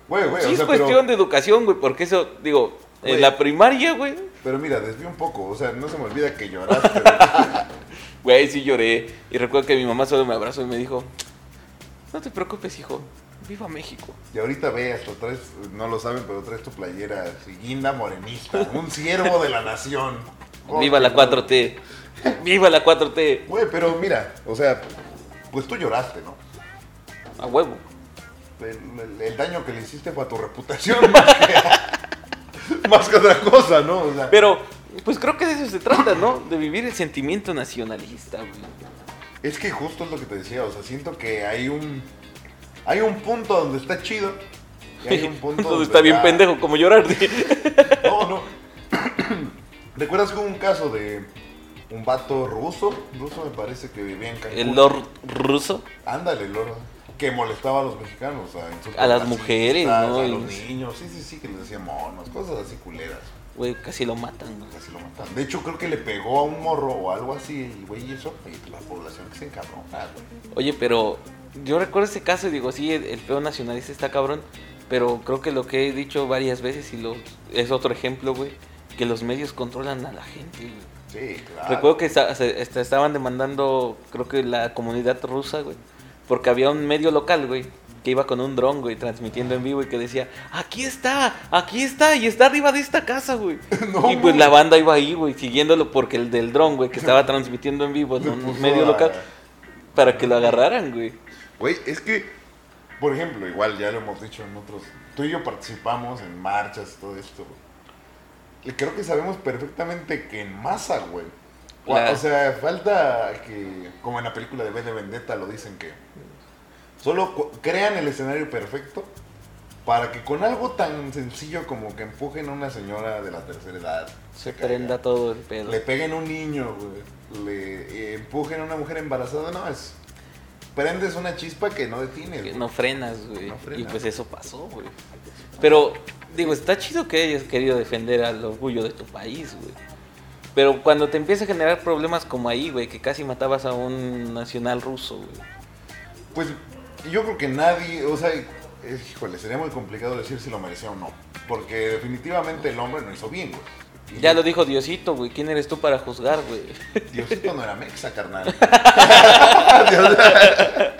S1: Güey, güey,
S3: sí
S1: o
S3: es
S1: sea,
S3: cuestión
S1: pero-
S3: de educación, güey, porque eso, digo,
S1: Güey.
S3: en la primaria, güey.
S1: Pero mira, desvío un poco, o sea, no se me olvida que lloraste.
S3: Güey, sí lloré. Y recuerdo que mi mamá solo me abrazó y me dijo: No te preocupes, hijo. Viva México.
S1: y ahorita ve, hasta traes, no lo saben, pero traes tu playera así, guinda morenista, un siervo de la nación. Oh,
S3: Viva la 4T. Viva la 4T.
S1: Güey, pero mira, o sea, pues tú lloraste, ¿no?
S3: A huevo.
S1: El, el- el daño que le hiciste fue a tu reputación más que, más que otra cosa, ¿no? O sea,
S3: Pero, pues creo que de eso se trata, ¿no? De vivir el sentimiento nacionalista, güey.
S1: es que justo es lo que te decía, o sea, siento que hay un hay un punto donde está chido y hay un punto
S3: Entonces está bien
S1: está-
S3: pendejo, como llorar.
S1: No, no. ¿Recuerdas que hubo un caso de un vato ruso? Ruso me parece que vivía en Cancún.
S3: El Lord ruso.
S1: Ándale, el loro. Que molestaba a los mexicanos. A, insultos
S3: A las
S1: racistas,
S3: mujeres, ¿no?
S1: A
S3: Y-
S1: los niños. Sí, sí, sí, que les decía monos. Cosas así culeras.
S3: Güey, casi lo matan, güey.
S1: Casi lo matan. De hecho, creo que le pegó a un morro o algo así el güey y eso. Y la población que se encabró.
S3: Oye, pero yo recuerdo ese caso y digo, sí, el, el pedo nacionalista está cabrón, pero creo que lo que he dicho varias veces y lo, es otro ejemplo, güey, que los medios controlan a la gente. güey.
S1: Sí, claro.
S3: Recuerdo que esta- se- esta- estaban demandando, creo que la comunidad rusa, güey, porque había un medio local, güey, que iba con un dron, güey, transmitiendo en vivo y que decía, aquí está, aquí está, y está arriba de esta casa, güey.
S1: No,
S3: y pues
S1: güey.
S3: la banda iba ahí, güey, siguiéndolo porque el del dron, güey, que estaba transmitiendo en vivo en
S1: Se
S3: un
S1: puso
S3: medio
S1: a-
S3: local, para que lo agarraran, güey.
S1: Güey, es que, por ejemplo, igual ya lo hemos dicho en otros. Tú y yo participamos en marchas, todo esto, güey. Y creo que sabemos perfectamente que en masa, güey. O,
S3: La-
S1: o sea, falta que, como en la película de B de Vendetta, lo dicen que solo cu- crean el escenario perfecto para que con algo tan sencillo como que empujen a una señora de la tercera edad,
S3: Se
S1: caiga.
S3: prenda todo el pedo.
S1: Le peguen a un niño, güey. Le eh, empujen a una mujer embarazada, no, es. Prendes una chispa que no detienes.
S3: Que
S1: güey.
S3: No frenas, güey.
S1: No frenas.
S3: y pues eso pasó, güey. Pero, digo, está chido que hayas querido defender al orgullo de tu país, güey. Pero cuando te empieza a generar problemas como ahí, güey, que casi matabas a un nacional ruso, güey.
S1: Pues yo creo que nadie, o sea, es- híjole, sería muy complicado decir si lo merecía o no. Porque definitivamente el hombre no hizo bien, güey. Y
S3: Ya lo dijo Diosito, güey. ¿Quién eres tú para juzgar, güey?
S1: Diosito no era mexa, carnal. Dios-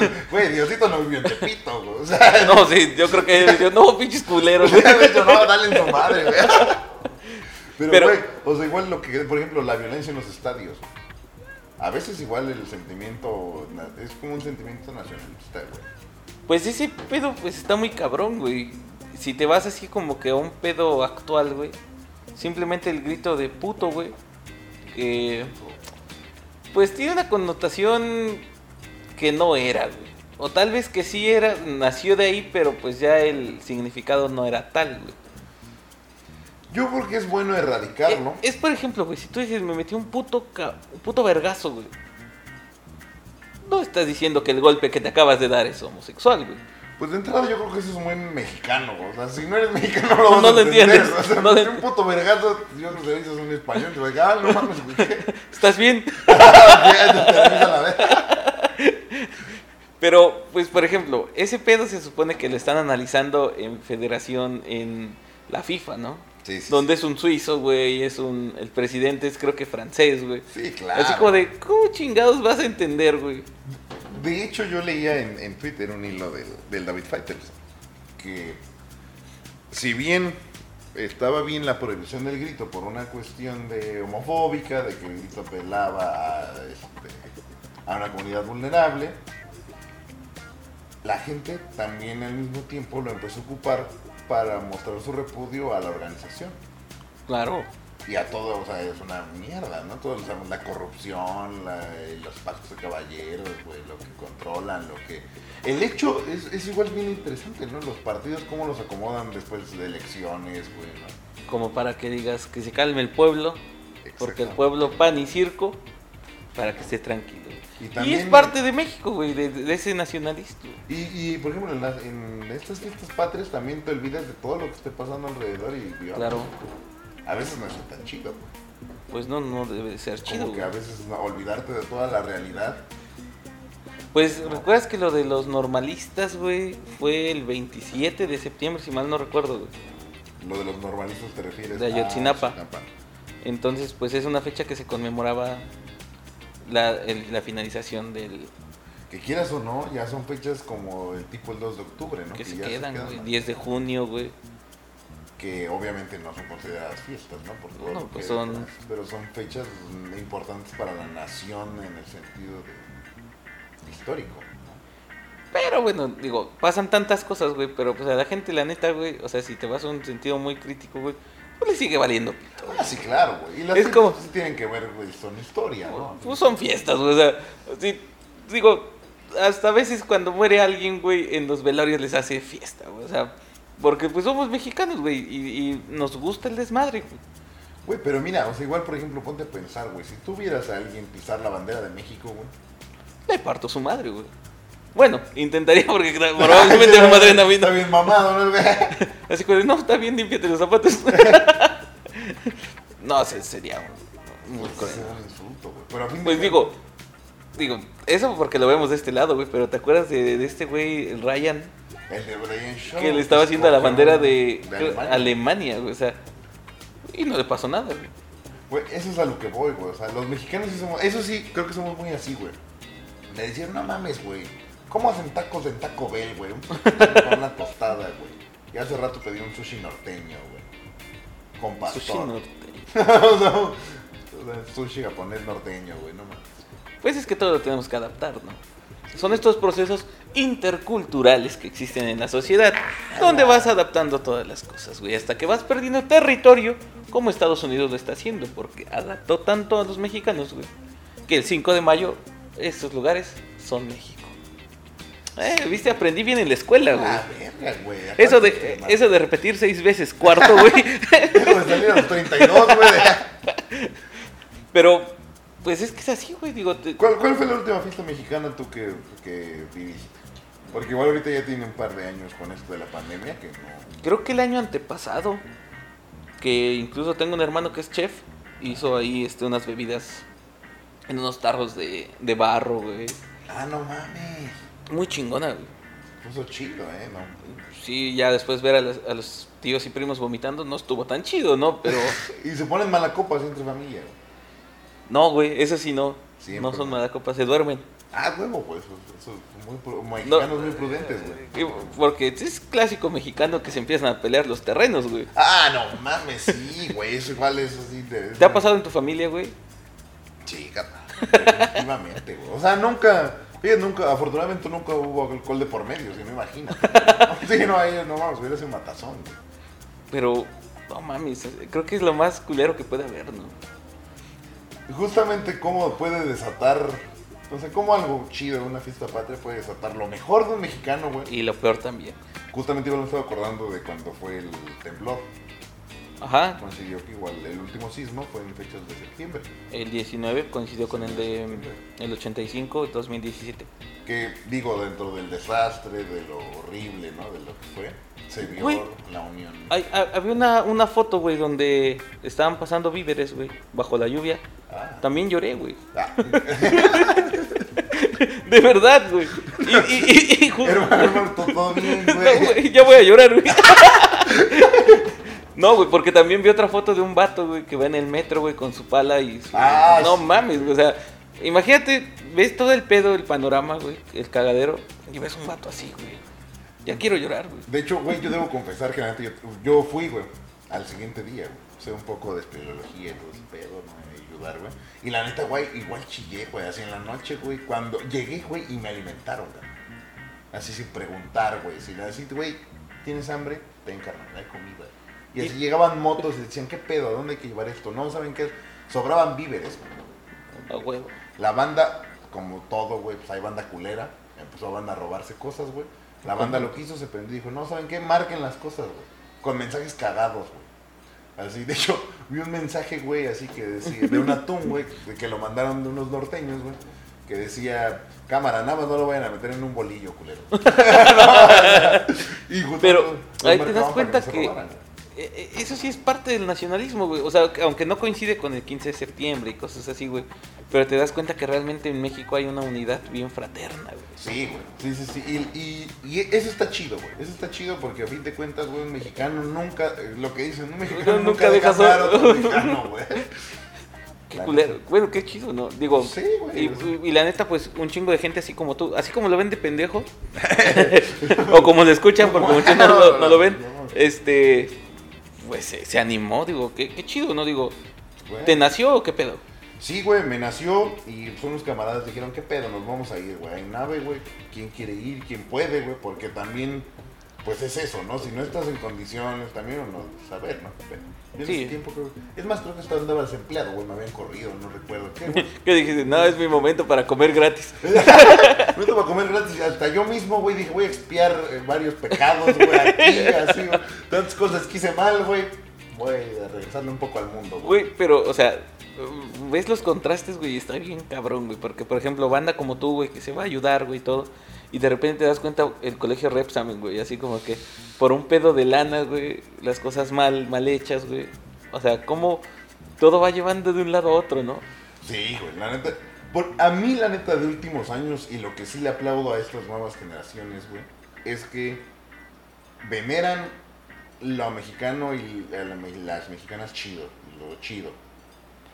S1: Dios- güey, Diosito no vivió en Tepito, güey. O sea,
S3: No, sí, yo creo que yo, no, pinches culeros, güey.
S1: de hecho, no, dale en su madre, güey. Pero,
S3: Pero-
S1: güey, o sea, igual lo que, por ejemplo, la violencia en los estadios. A veces igual el sentimiento, na- es como un sentimiento nacionalista, güey.
S3: Pues ese pedo pues está muy cabrón, güey. Si te vas así como que a un pedo actual, güey. Simplemente el grito de puto, güey. Que pues tiene una connotación que no era, güey. O tal vez que sí era, nació de ahí, pero pues ya el significado no era tal, güey.
S1: Yo creo que es bueno erradicarlo.
S3: Eh, Es, es, por ejemplo, güey, si tú dices, me metí un puto, ca- un puto vergazo, güey. No estás diciendo que el golpe que te acabas de dar es homosexual, güey.
S1: Pues de entrada yo creo que eso es muy mexicano, güey. O sea, si no eres mexicano no lo vas
S3: No
S1: a
S3: lo
S1: entender.
S3: entiendes,
S1: O sea,
S3: no lo
S1: meter un
S3: ent-
S1: puto vergazo, yo creo que dices un español, te va a decir, ah, no mames, güey. ¿qué?
S3: ¿Estás bien?
S1: Ya te terminas a la vez.
S3: Pero, pues, por ejemplo, ese pedo se supone que lo están analizando en federación en la FIFA, ¿no?
S1: Sí, sí,
S3: Donde es un suizo, güey, es un... El presidente es creo que francés, güey.
S1: Sí, claro.
S3: Así como de, ¿cómo chingados vas a entender, güey?
S1: De hecho, yo leía en, en Twitter un hilo del, del David Fighters que si bien estaba bien la prohibición del grito por una cuestión de homofóbica, de que el grito apelaba a, este, a una comunidad vulnerable, la gente también al mismo tiempo lo empezó a ocupar para mostrar su repudio a la organización.
S3: Claro.
S1: Y a todo, o sea, es una mierda, ¿no? Todos sabemos la corrupción, la- eh, los pactos de caballeros, güey, lo que controlan, lo que... El hecho es, es igual bien interesante, ¿no? Los partidos, cómo los acomodan después de elecciones, güey, ¿no?
S3: Como para que digas que se calme el pueblo, porque el
S1: Exacto.
S3: pueblo pan y circo, para que esté tranquilo.
S1: Y
S3: Y, es
S1: también-
S3: parte de México, güey, de, de ese nacionalista. güey.
S1: Y, y, por ejemplo, en, las- en estas fiestas patrias también te olvidas de todo lo que esté pasando alrededor y, y,
S3: Claro,
S1: a veces no es tan chido, güey.
S3: pues no, no debe de ser chido.
S1: Como que
S3: güey.
S1: a veces no- olvidarte de toda la realidad.
S3: Pues, ¿recuerdas que lo de los normalistas, güey, fue el 27 de septiembre, si mal no recuerdo, güey?
S1: Lo de los normalistas te refieres.
S3: De
S1: a
S3: Ayotzinapa. Entonces, pues es una fecha que se conmemoraba la, el- la finalización del...
S1: Que quieras o no, ya son fechas como el tipo el 2 de octubre, ¿no?
S3: que se
S1: ya
S3: quedan, güey,
S1: ¿no?
S3: 10 de junio, güey.
S1: Que obviamente no son consideradas fiestas, ¿no? Por todo
S3: No,
S1: lo
S3: pues
S1: que-
S3: son-
S1: Pero son fechas mm, importantes para la nación en el sentido de- histórico. ¿no?
S3: Pero bueno, digo, pasan tantas cosas, güey, pero pues a la gente, la neta, güey, o sea, si te vas a un sentido muy crítico, güey, pues le sigue valiendo.
S1: Ah, sí, claro, güey. Y las
S3: Es
S1: fiestas
S3: como-
S1: sí tienen que ver, güey, son historia, ¿no?
S3: Pues son fiestas, güey, o sea, sí, digo, hasta a veces cuando muere alguien, güey, en los velorios les hace fiesta, güey, o sea, porque pues somos mexicanos, güey, y, y nos gusta el desmadre, güey.
S1: Güey, pero mira, o sea, igual, por ejemplo, ponte a pensar, güey. Si tú vieras a alguien pisar la bandera de México, güey.
S3: Le parto su madre, güey. Bueno, intentaría porque probablemente mi madre no
S1: Está
S3: vino.
S1: bien mamado, ¿no?
S3: Así que, no, está bien, límpiate los zapatos. no, se- sería un- muy
S1: Pues,
S3: cruel.
S1: ese era un insulto, güey. Pero a fin de
S3: Pues
S1: cuentas-
S3: digo, digo, eso porque lo vemos de este lado, güey, pero ¿te acuerdas de, de este güey, el Ryan,
S1: El de Brian Shaw,
S3: que le estaba
S1: pues,
S3: haciendo a la
S1: campeón
S3: bandera de,
S1: de
S3: Alemania.
S1: Alemania.
S3: güey? O sea, y no le pasó nada, güey.
S1: Güey, eso es a lo que voy, güey. O sea, los mexicanos sí somos. Eso sí, creo que somos muy así, güey. Le decían, no mames, güey. ¿Cómo hacen tacos en Taco Bell, güey? Un con una tostada, güey. Y hace rato pedí un sushi norteño, güey. Con pastor.
S3: Sushi norte.
S1: O sea, o sea, sushi japonés norteño, güey. No mames.
S3: Pues es que todo lo tenemos que adaptar, ¿no? Son estos procesos interculturales que existen en la sociedad, donde vas adaptando todas las cosas, güey, hasta que vas perdiendo territorio, como Estados Unidos lo está haciendo, porque adaptó tanto a los mexicanos, güey, que el 5 de mayo estos lugares son México. Eh, viste, aprendí bien en la escuela, güey.
S1: Ah, verga, güey.
S3: Eso
S1: Aparte,
S3: de,
S1: este,
S3: eso de repetir seis veces cuarto, güey.
S1: Eso de salir a los 32, güey. de-
S3: Pero, pues es que es así, güey. Digo, te-
S1: ¿Cuál, ¿Cuál fue la última fiesta mexicana tú que, que viviste? Porque igual ahorita ya tiene un par de años con esto de la pandemia que no.
S3: Creo que el año antepasado, que incluso tengo un hermano que es chef, hizo ahí este, unas bebidas en unos tarros de, de barro, güey.
S1: Ah, no mames.
S3: Muy chingona, güey.
S1: Puso chido, eh, no.
S3: Sí, ya después ver a los, a los tíos y primos vomitando no estuvo tan chido, ¿no? Pero
S1: Y se ponen mala copa así entre familia. güey.
S3: no, güey, eso sí no.
S1: Siempre.
S3: No son malacopas, se duermen.
S1: Ah, huevo, pues. Eso, eso es muy pru- mexicanos muy prudentes, güey.
S3: Y- Porque es clásico mexicano que se empiezan a pelear los terrenos, güey.
S1: Ah, no mames, sí, güey. Eso igual es así. De,
S3: ¿Te ha pasado en tu familia, güey?
S1: Sí, carnal, Definitivamente, güey. O sea, nunca. Fíjate, nunca, afortunadamente nunca hubo alcohol de por medio, si no imagino. Sí, no, ahí no vamos, hubiera sido un matazón, güey.
S3: Pero, no mames, creo que es lo más culero que puede haber, ¿no?
S1: Y Justamente cómo puede desatar. O sea, cómo algo chido en una fiesta patria puede desatar lo mejor de un mexicano, güey.
S3: Y lo peor también.
S1: Justamente igual me estaba acordando de cuando fue el temblor.
S3: Ajá,
S1: Coincidió que igual el último sismo fue en fechas de septiembre.
S3: El 19 coincidió con el de mm, el 85, 2017.
S1: Que digo, dentro del desastre, de lo horrible, ¿no? De lo que fue, se vio
S3: Güey.
S1: la unión.
S3: Hay- ha- ah, había una, una foto, güey, donde estaban pasando víveres, güey, bajo la lluvia.
S1: Ah.
S3: También lloré, güey.
S1: Ah,
S3: De verdad, güey. Y, y- y- y justo-
S1: hermano, hermano, todo- todo bien,
S3: No,
S1: güey.
S3: güey, ya voy a llorar, güey. No, güey, porque también vi otra foto de un vato, güey, que va en el metro, güey, con su pala y su...
S1: Ah,
S3: no
S1: sí.
S3: mames, güey, o sea, imagínate, ves todo el pedo, el panorama, güey, el cagadero, y ves un vato así, güey. Ya quiero llorar, güey.
S1: De hecho, güey, yo debo confesar que la neta, yo, yo fui, güey, al siguiente día, güey. Sé un poco de espeleología y todo ese pedo, ¿no? Y ayudar, güey. Y la neta, güey, igual chillé, güey, así en la noche, güey. Cuando llegué, güey, y me alimentaron, güey. Así sin preguntar, güey. Sin decir, güey, ¿tienes hambre? Ten, carnal, hay comida. Y así llegaban motos y decían, ¿qué pedo? ¿A dónde hay que llevar esto? No, ¿saben qué? Sobraban víveres. güey.
S3: A huevo.
S1: La banda, como todo, güey, pues hay banda culera. Empezó a robarse cosas, güey. La banda lo quiso, se prendió y dijo, no, ¿saben qué? Marquen las cosas, güey. Con mensajes cagados, güey. Así, de hecho, vi un mensaje, güey, así que decía, de un atún, güey, de que lo mandaron de unos norteños, güey. Que decía, cámara, nada más no lo vayan a meter en un bolillo, culero. Y justo
S3: Pero
S1: los
S3: ahí te das
S1: marcaban para
S3: cuenta
S1: se
S3: que-
S1: robaran.
S3: Eh, eh, Eso sí es parte del nacionalismo, güey. O sea, que aunque no coincide con el 15 de septiembre y cosas así, güey. Pero te das cuenta que realmente en México hay una unidad bien fraterna, güey.
S1: Sí, güey. Sí, sí, sí. Y, y- y eso está chido, güey. Eso está chido porque a fin de cuentas, güey, un mexicano nunca. eh, Lo que dicen, un mexicano
S3: Nunca
S1: nunca deja
S3: deja
S1: hablar a
S3: solo.
S1: otro mexicano, güey.
S3: Qué
S1: La
S3: culero.
S1: neta.
S3: Bueno, qué chido, ¿no? Digo,
S1: Sí, güey.
S3: y, y- y la neta, pues un chingo de gente así como tú, así como lo ven de pendejo, o como lo escuchan, porque muchos no, lo- no lo ven, este, pues se, se animó, digo, qué, qué chido, ¿no? Digo,
S1: Güey.
S3: ¿te nació o qué pedo?
S1: Sí, güey, me nació y son unos camaradas dijeron, ¿qué pedo? Nos vamos a ir, güey. Hay nave, güey. ¿Quién quiere ir? ¿Quién puede, güey? Porque también, pues es eso, ¿no? Si no estás en condiciones, también uno saber, ¿no? Pero yo en
S3: Sí.
S1: ese tiempo creo Es más, creo que estaba andaba desempleado, güey. Me habían corrido, no recuerdo qué, güey.
S3: Yo dije, no, es mi momento para comer gratis.
S1: No te va a comer gratis. Hasta yo mismo, güey, dije, voy a expiar eh, varios pecados, güey, aquí, así, güey. Tantas cosas que hice mal, güey. Voy a regresarle un poco al mundo, güey.
S3: Güey, pero, o sea, ves los contrastes, güey, está bien cabrón, güey, porque, por ejemplo, banda como tú, güey, que se va a ayudar, güey, y todo, y de repente te das cuenta el colegio Repsamen, güey, así como que por un pedo de lana, güey, las cosas mal, mal hechas, güey, o sea, cómo todo va llevando de un lado a otro, ¿no?
S1: Sí, güey, la neta. Por, a mí, la neta, de últimos años, y lo que sí le aplaudo a estas nuevas generaciones, güey, es que veneran lo mexicano y a la me- las mexicanas chido, lo chido.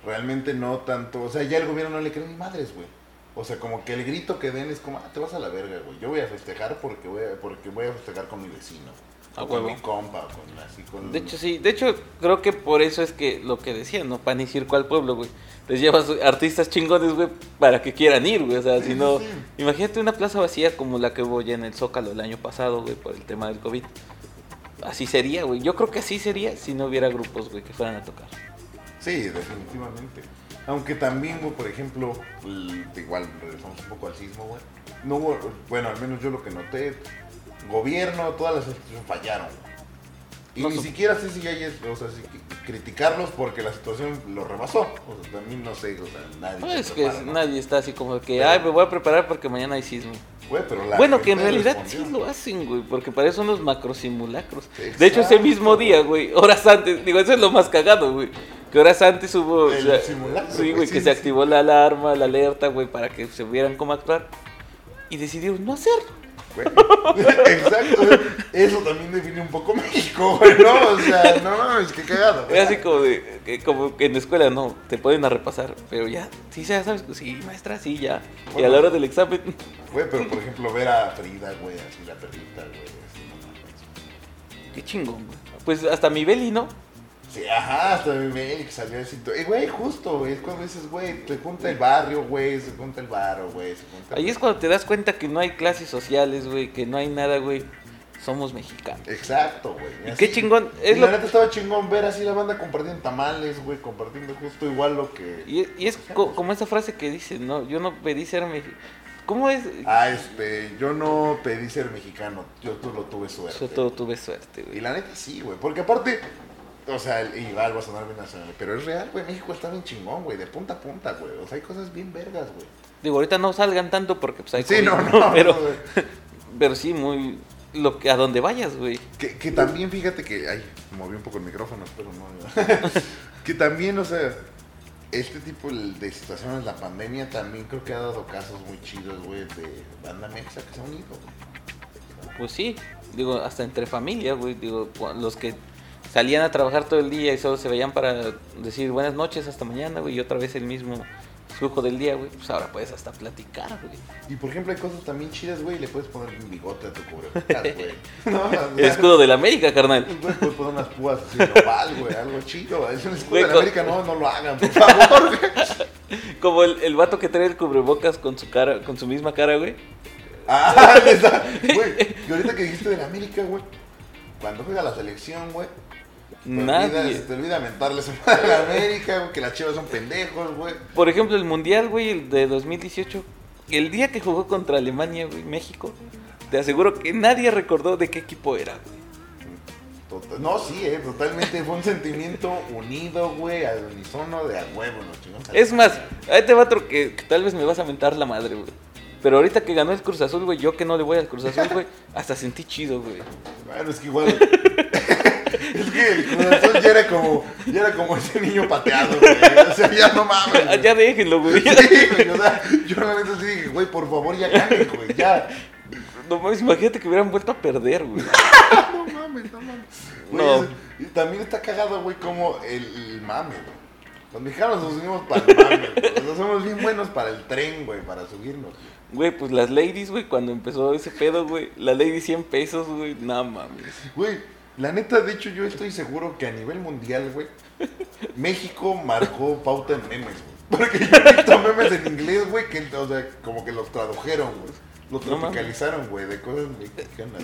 S1: Realmente no tanto, o sea, ya el gobierno no le cree ni madres, güey. O sea, como que el grito que den es como, ah, te vas a la verga, güey. Yo voy a festejar porque voy a, porque voy a festejar con mi vecino.
S3: A
S1: o con
S3: huevo.
S1: mi compa, o con así con...
S3: De hecho, sí, de hecho, creo que por eso es que lo que decían, ¿no? Pan y circo al pueblo, güey. Les llevas artistas chingones, güey, para que quieran ir, güey. O sea, si no. Imagínate una plaza vacía como la que hubo ya en el Zócalo el año pasado, güey, por el tema del COVID. Así sería, güey. Yo creo que así sería si no hubiera grupos, güey, que fueran a tocar.
S1: Sí, definitivamente. Aunque también, güey, por ejemplo, l- igual regresamos un poco al sismo, güey. No hubo, bueno, al menos yo lo que noté, gobierno, todas las instituciones fallaron. güey. Y
S3: No
S1: ni
S3: sup-
S1: siquiera sé si hay, es- o sea, si qui- criticarlos porque la situación lo rebasó. O sea, también no sé, o sea, nadie.
S3: No
S1: se
S3: es que
S1: prepara, ¿no?
S3: nadie está así como que,
S1: Pero-
S3: ay, me voy a preparar porque mañana hay sismo.
S1: Güey, pero la
S3: bueno, que en
S1: gente
S3: realidad
S1: respondió.
S3: sí lo hacen, güey, porque para eso son los macrosimulacros.
S1: Exacto.
S3: De hecho, ese mismo día, güey, horas antes, digo, eso es lo más cagado, güey. Que horas antes hubo.
S1: El simulacro,
S3: sí,
S1: güey,
S3: güey,
S1: sí,
S3: que
S1: sí.
S3: se activó la alarma, la alerta, güey, para que se vieran cómo actuar. Y decidieron no hacerlo.
S1: Güey. Exacto, güey. eso también define un poco México, güey, ¿no? O sea, no mames, qué cagado. güey.
S3: Es así como, de, que- como que en la escuela, no, te pueden a repasar, pero ya, sí, ya sabes, sí, maestra, sí, ya. Y a
S1: Bueno.
S3: la hora del examen,
S1: Güey, pero por ejemplo, ver a Frida, güey, así la perrita, güey, así, no mames.
S3: qué chingón, güey. Pues hasta mi Beli, ¿no?
S1: Sí, ajá, hasta mi mail que salió así. Eh, güey, justo, güey, es cuando dices, güey, te junta el barrio, güey, se junta el barrio, güey, se junta el-
S3: Ahí es cuando te das cuenta que no hay clases sociales, güey, que no hay nada, güey. Somos mexicanos.
S1: Exacto, güey.
S3: Y
S1: así.
S3: qué chingón. Es
S1: y
S3: lo-
S1: la neta estaba chingón ver así la banda compartiendo tamales, güey, compartiendo justo igual lo que...
S3: y, y es co- como esa frase que dice, no, yo no pedí ser mexicano. ¿Cómo es?
S1: Ah, este, yo no pedí ser mexicano, yo tú lo tuve suerte.
S3: Yo todo tuve
S1: Y
S3: suerte, güey.
S1: la neta sí, güey. Porque aparte, o sea, el- igual va a sonar bien nacional. Pero es real, güey. México está bien chingón, güey. De punta a punta, güey. O sea, hay cosas bien vergas, güey.
S3: Digo, ahorita no salgan tanto porque pues hay
S1: Sí,
S3: COVID,
S1: no, no.
S3: pero,
S1: no, güey.
S3: pero sí, muy... Lo que, a donde vayas, güey.
S1: que, que también, fíjate que. Ay, moví un poco el micrófono, pero no. que también, o sea, este tipo de situaciones, la pandemia, también creo que ha dado casos muy chidos, güey, de banda mexa que se ha unido, güey.
S3: Pues sí, digo, hasta entre familia, güey. Digo, cu- los que salían a trabajar todo el día y solo se veían para decir buenas noches hasta mañana, güey. Y otra vez el mismo flujo del día, güey. Pues ahora puedes hasta platicar, güey.
S1: Y por ejemplo, hay cosas también chidas, güey. y Le puedes poner un bigote a tu cubrebocas, güey. No, o sea,
S3: El escudo de la América, carnal.
S1: Güey, pues poner unas púas así nopal, güey, algo chido. Es un escudo
S3: Güey,
S1: de la
S3: con-
S1: América, no, no lo hagan, por favor, güey.
S3: Como el, el vato que trae el cubrebocas con su cara, con su misma cara, güey.
S1: Ah, neta, güey. Y ahorita que dijiste de la América, güey. Cuando juega la selección, güey. Te
S3: Nadie.
S1: olvidas- te olvida mentarles a la América, güey, que las chivas son pendejos, güey.
S3: Por ejemplo, el Mundial, güey, el de 2018. El día que jugó contra Alemania, güey, México. Te aseguro que nadie recordó de qué equipo era, güey.
S1: Total- no, sí, eh, totalmente fue un sentimiento unido, güey, al unísono de a huevo, nos chingamos.
S3: Es más, ahí te va otro que, que tal vez me vas a mentar la madre, güey. Pero ahorita que ganó el Cruz Azul, güey, yo que no le voy al Cruz Azul, güey, hasta sentí chido, güey.
S1: Bueno, es que igual. es que el Cruz Azul ya era como, ya era como ese niño pateado, güey. O sea, ya no mames. güey.
S3: ya déjenlo, güey.
S1: Sí, güey, o sea, yo la neta sí dije, güey, por favor, ya ganen, güey, ya.
S3: No mames, imagínate que hubieran vuelto a perder, güey.
S1: No mames, no mames.
S3: No.
S1: no. y también está cagado, güey, como el, el mame, güey. Los mexicanos nos unimos para el mame, güey. O sea, somos bien buenos para el tren, güey, para subirnos. güey.
S3: Güey, pues las ladies, güey, cuando empezó ese pedo, güey, la lady 100 pesos, güey, no mames.
S1: Güey, la neta, de hecho, yo estoy seguro que a nivel mundial, güey, México marcó pauta en memes, güey. Porque yo he visto memes en inglés, güey, que, o sea, como que los tradujeron, güey. Los
S3: No mames.
S1: tropicalizaron, güey, de cosas mexicanas.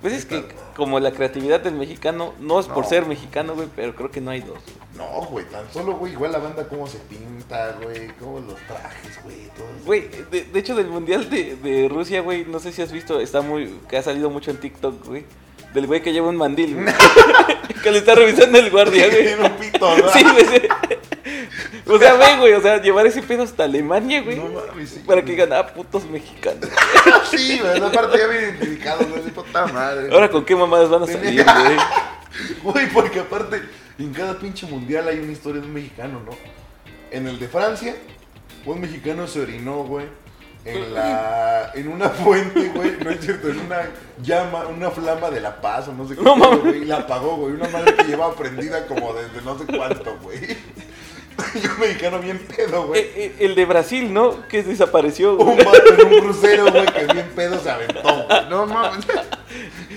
S3: Pues es que como la creatividad del mexicano, no es por
S1: No.
S3: ser mexicano, güey, pero creo que no hay dos. güey.
S1: No, güey, tan solo, güey, igual la banda cómo se pinta, güey, cómo los trajes, güey, todo eso.
S3: Güey, de, de hecho del Mundial de, de Rusia, güey, no sé si has visto, está muy, que ha salido mucho en TikTok, güey. Del güey que lleva un mandil, güey. que le está revisando el guardia, güey.
S1: Tiene un pito, ¿no?
S3: Sí, güey. sí. O sea, ve, güey, o sea, llevar ese pedo hasta Alemania, güey.
S1: No mames, sí.
S3: para que digan, ah, putos mexicanos.
S1: Sí, güey, esa parte ya bien identificado, güey, de puta madre.
S3: Ahora con qué mamadas van a salir, güey.
S1: Güey, porque aparte, en cada pinche mundial hay una historia de un mexicano, ¿no? En el de Francia, un mexicano se orinó, güey. En la. en una fuente, güey. No es cierto, en una llama, una flama de la paz o no sé qué,
S3: No mames.
S1: güey. y La apagó, güey. Una madre que llevaba prendida como desde no sé cuánto, güey. Y un mexicano bien pedo, güey.
S3: Eh, eh, El de Brasil, ¿no? Que desapareció,
S1: Un
S3: güey.
S1: vato en un crucero, güey, que bien pedo se aventó, güey. No mames.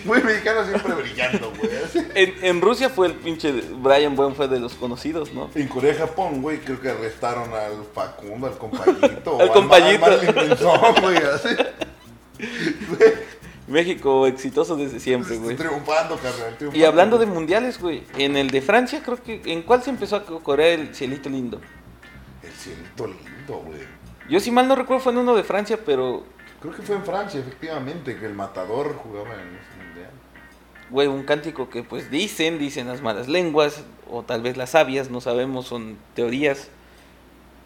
S1: Güey, mexicano siempre brillando, güey. Así.
S3: En, en Rusia fue el pinche Brian Buen fue de los conocidos, ¿no?
S1: En Corea y Japón, güey, creo que arrestaron al Facundo, al compañito.
S3: Al
S1: o
S3: compañito.
S1: Al, Ma- al Marilyn Manson, güey, así. Güey,
S3: México exitoso desde siempre, güey.
S1: triunfando, carnal, triunfando.
S3: Y hablando de mundiales, güey, en el de Francia creo que en cuál se empezó a corear el cielito lindo.
S1: El cielito lindo, güey.
S3: Yo si mal no recuerdo fue en uno de Francia, pero
S1: Creo que fue en Francia, efectivamente, que el matador jugaba en ese mundial.
S3: güey, un cántico que pues dicen, dicen las malas lenguas o tal vez las sabias, no sabemos, son teorías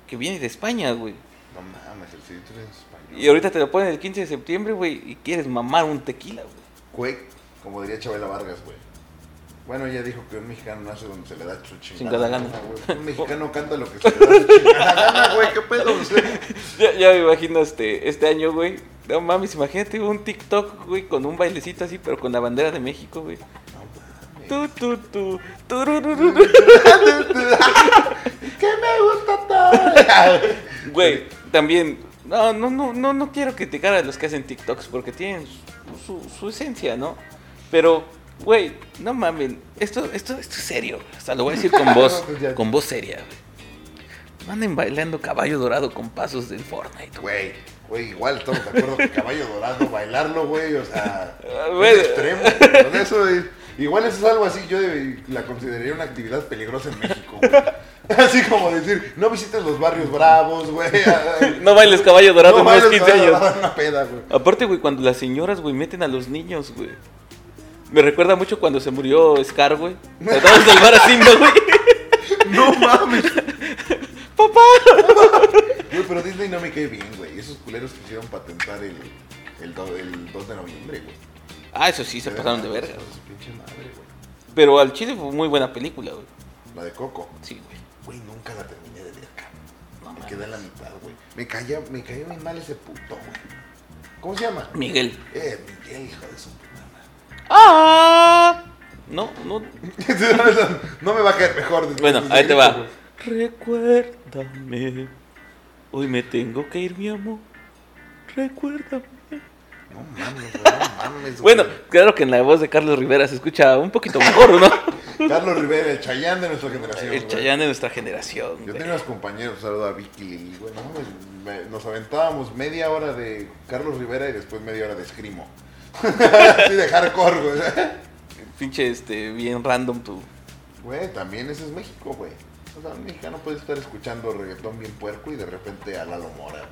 S3: que viene de España, güey.
S1: No mames, el cielito lindo es español.
S3: Y ahorita te lo ponen el 15 de septiembre, güey, y quieres mamar un tequila, güey.
S1: Güey, como diría Chabela Vargas, güey. Bueno, ella dijo que un mexicano nace donde se le da su
S3: Chingada
S1: chingada
S3: gana.
S1: güey. Un mexicano canta lo que se le da su chingada gana, güey. ¿Qué pedo? O sea,
S3: Ya, ya me imagino este, este año, güey. No mames, imagínate un TikTok, güey, con un bailecito así, pero con la bandera de México, güey. Tu, tu, tu, tururururu.
S1: que me gusta todo.
S3: Güey, también. No, no, no, no, no quiero criticar a los que hacen TikToks porque tienen su, su- su esencia, ¿no? Pero, güey, no mamen. Esto, esto, esto es serio. Hasta lo voy a decir con voz,
S1: No, pues ya.
S3: con voz seria, güey. No anden bailando caballo dorado con pasos del Fortnite, güey.
S1: Güey, güey, igual estamos de acuerdo que caballo dorado, bailarlo, güey, o sea,
S3: Ah,
S1: es
S3: güey.
S1: extremo. güey, o sea, eso es- igual eso es algo así, yo de- la consideraría una actividad peligrosa en México, güey. Así como decir, no visites los barrios bravos, güey.
S3: No bailes caballo dorado en
S1: bailes
S3: unos 15
S1: caballo
S3: años.
S1: dorado en una peda, güey.
S3: Aparte, güey, cuando las señoras, güey, meten a los niños, güey. Me recuerda mucho cuando se murió Scar, güey. Trataban de salvar a Simba, güey.
S1: No mames.
S3: ¡Papá!
S1: Güey, pero Disney no me cae bien, güey. Esos culeros quisieron patentar el, el, do- el 2 de noviembre, güey.
S3: Ah, eso sí, se pasaron de verga. güey.
S1: Su pinche madre, güey.
S3: Pero al chile fue muy buena película, güey.
S1: La de Coco.
S3: Sí, güey.
S1: Güey, nunca la terminé de ver, cabrón. me quedé en la mitad, güey. Me caía, me caía muy mal ese puto, güey. ¿Cómo se llama?
S3: Miguel.
S1: Eh, Miguel, hijo de su puta madre.
S3: ¡Ah! No, no.
S1: no me va a caer mejor. después
S3: Bueno,
S1: de
S3: ahí
S1: ese
S3: te
S1: grito,
S3: va.
S1: güey.
S3: Recuérdame. Hoy me tengo que ir, mi amor. Recuérdame.
S1: No mames, güey, no mames, güey.
S3: Bueno, claro que en la voz de Carlos Rivera se escucha un poquito mejor, ¿no?
S1: Carlos Rivera, el Chayán de nuestra generación.
S3: El
S1: güey.
S3: Chayán de nuestra generación.
S1: Yo
S3: güey.
S1: tenía unos compañeros, saludo a Vicky Lili, güey. No mames, me- nos aventábamos media hora de Carlos Rivera y después media hora de escrimo. Así de hardcore, güey.
S3: Pinche, este, bien random tu,
S1: Güey, también eso es México, güey. O sea, un mexicano puede estar escuchando reggaetón bien puerco y de repente a Lalo Mora, güey.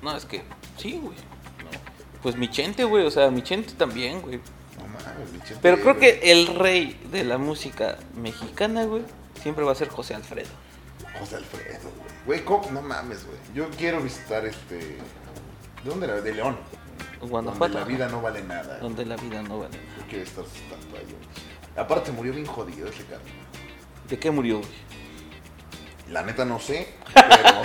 S3: No, es que sí, güey.
S1: No,
S3: Pues mi chente, güey, o sea, mi chente también, güey.
S1: no mames, mi chente,
S3: Pero creo
S1: güey.
S3: que el rey de la música mexicana, güey, siempre va a ser José Alfredo.
S1: José Alfredo, güey. Güey, ¿cómo? No mames, güey. Yo quiero visitar este. ¿De dónde era? De León.
S3: Guanajuato.
S1: Donde la vida no vale nada.
S3: Donde la vida no vale nada.
S1: Yo quiero estar tanto ahí, güey. Aparte, murió bien jodido ese carnal.
S3: ¿De qué murió, güey?
S1: La neta no sé, pero.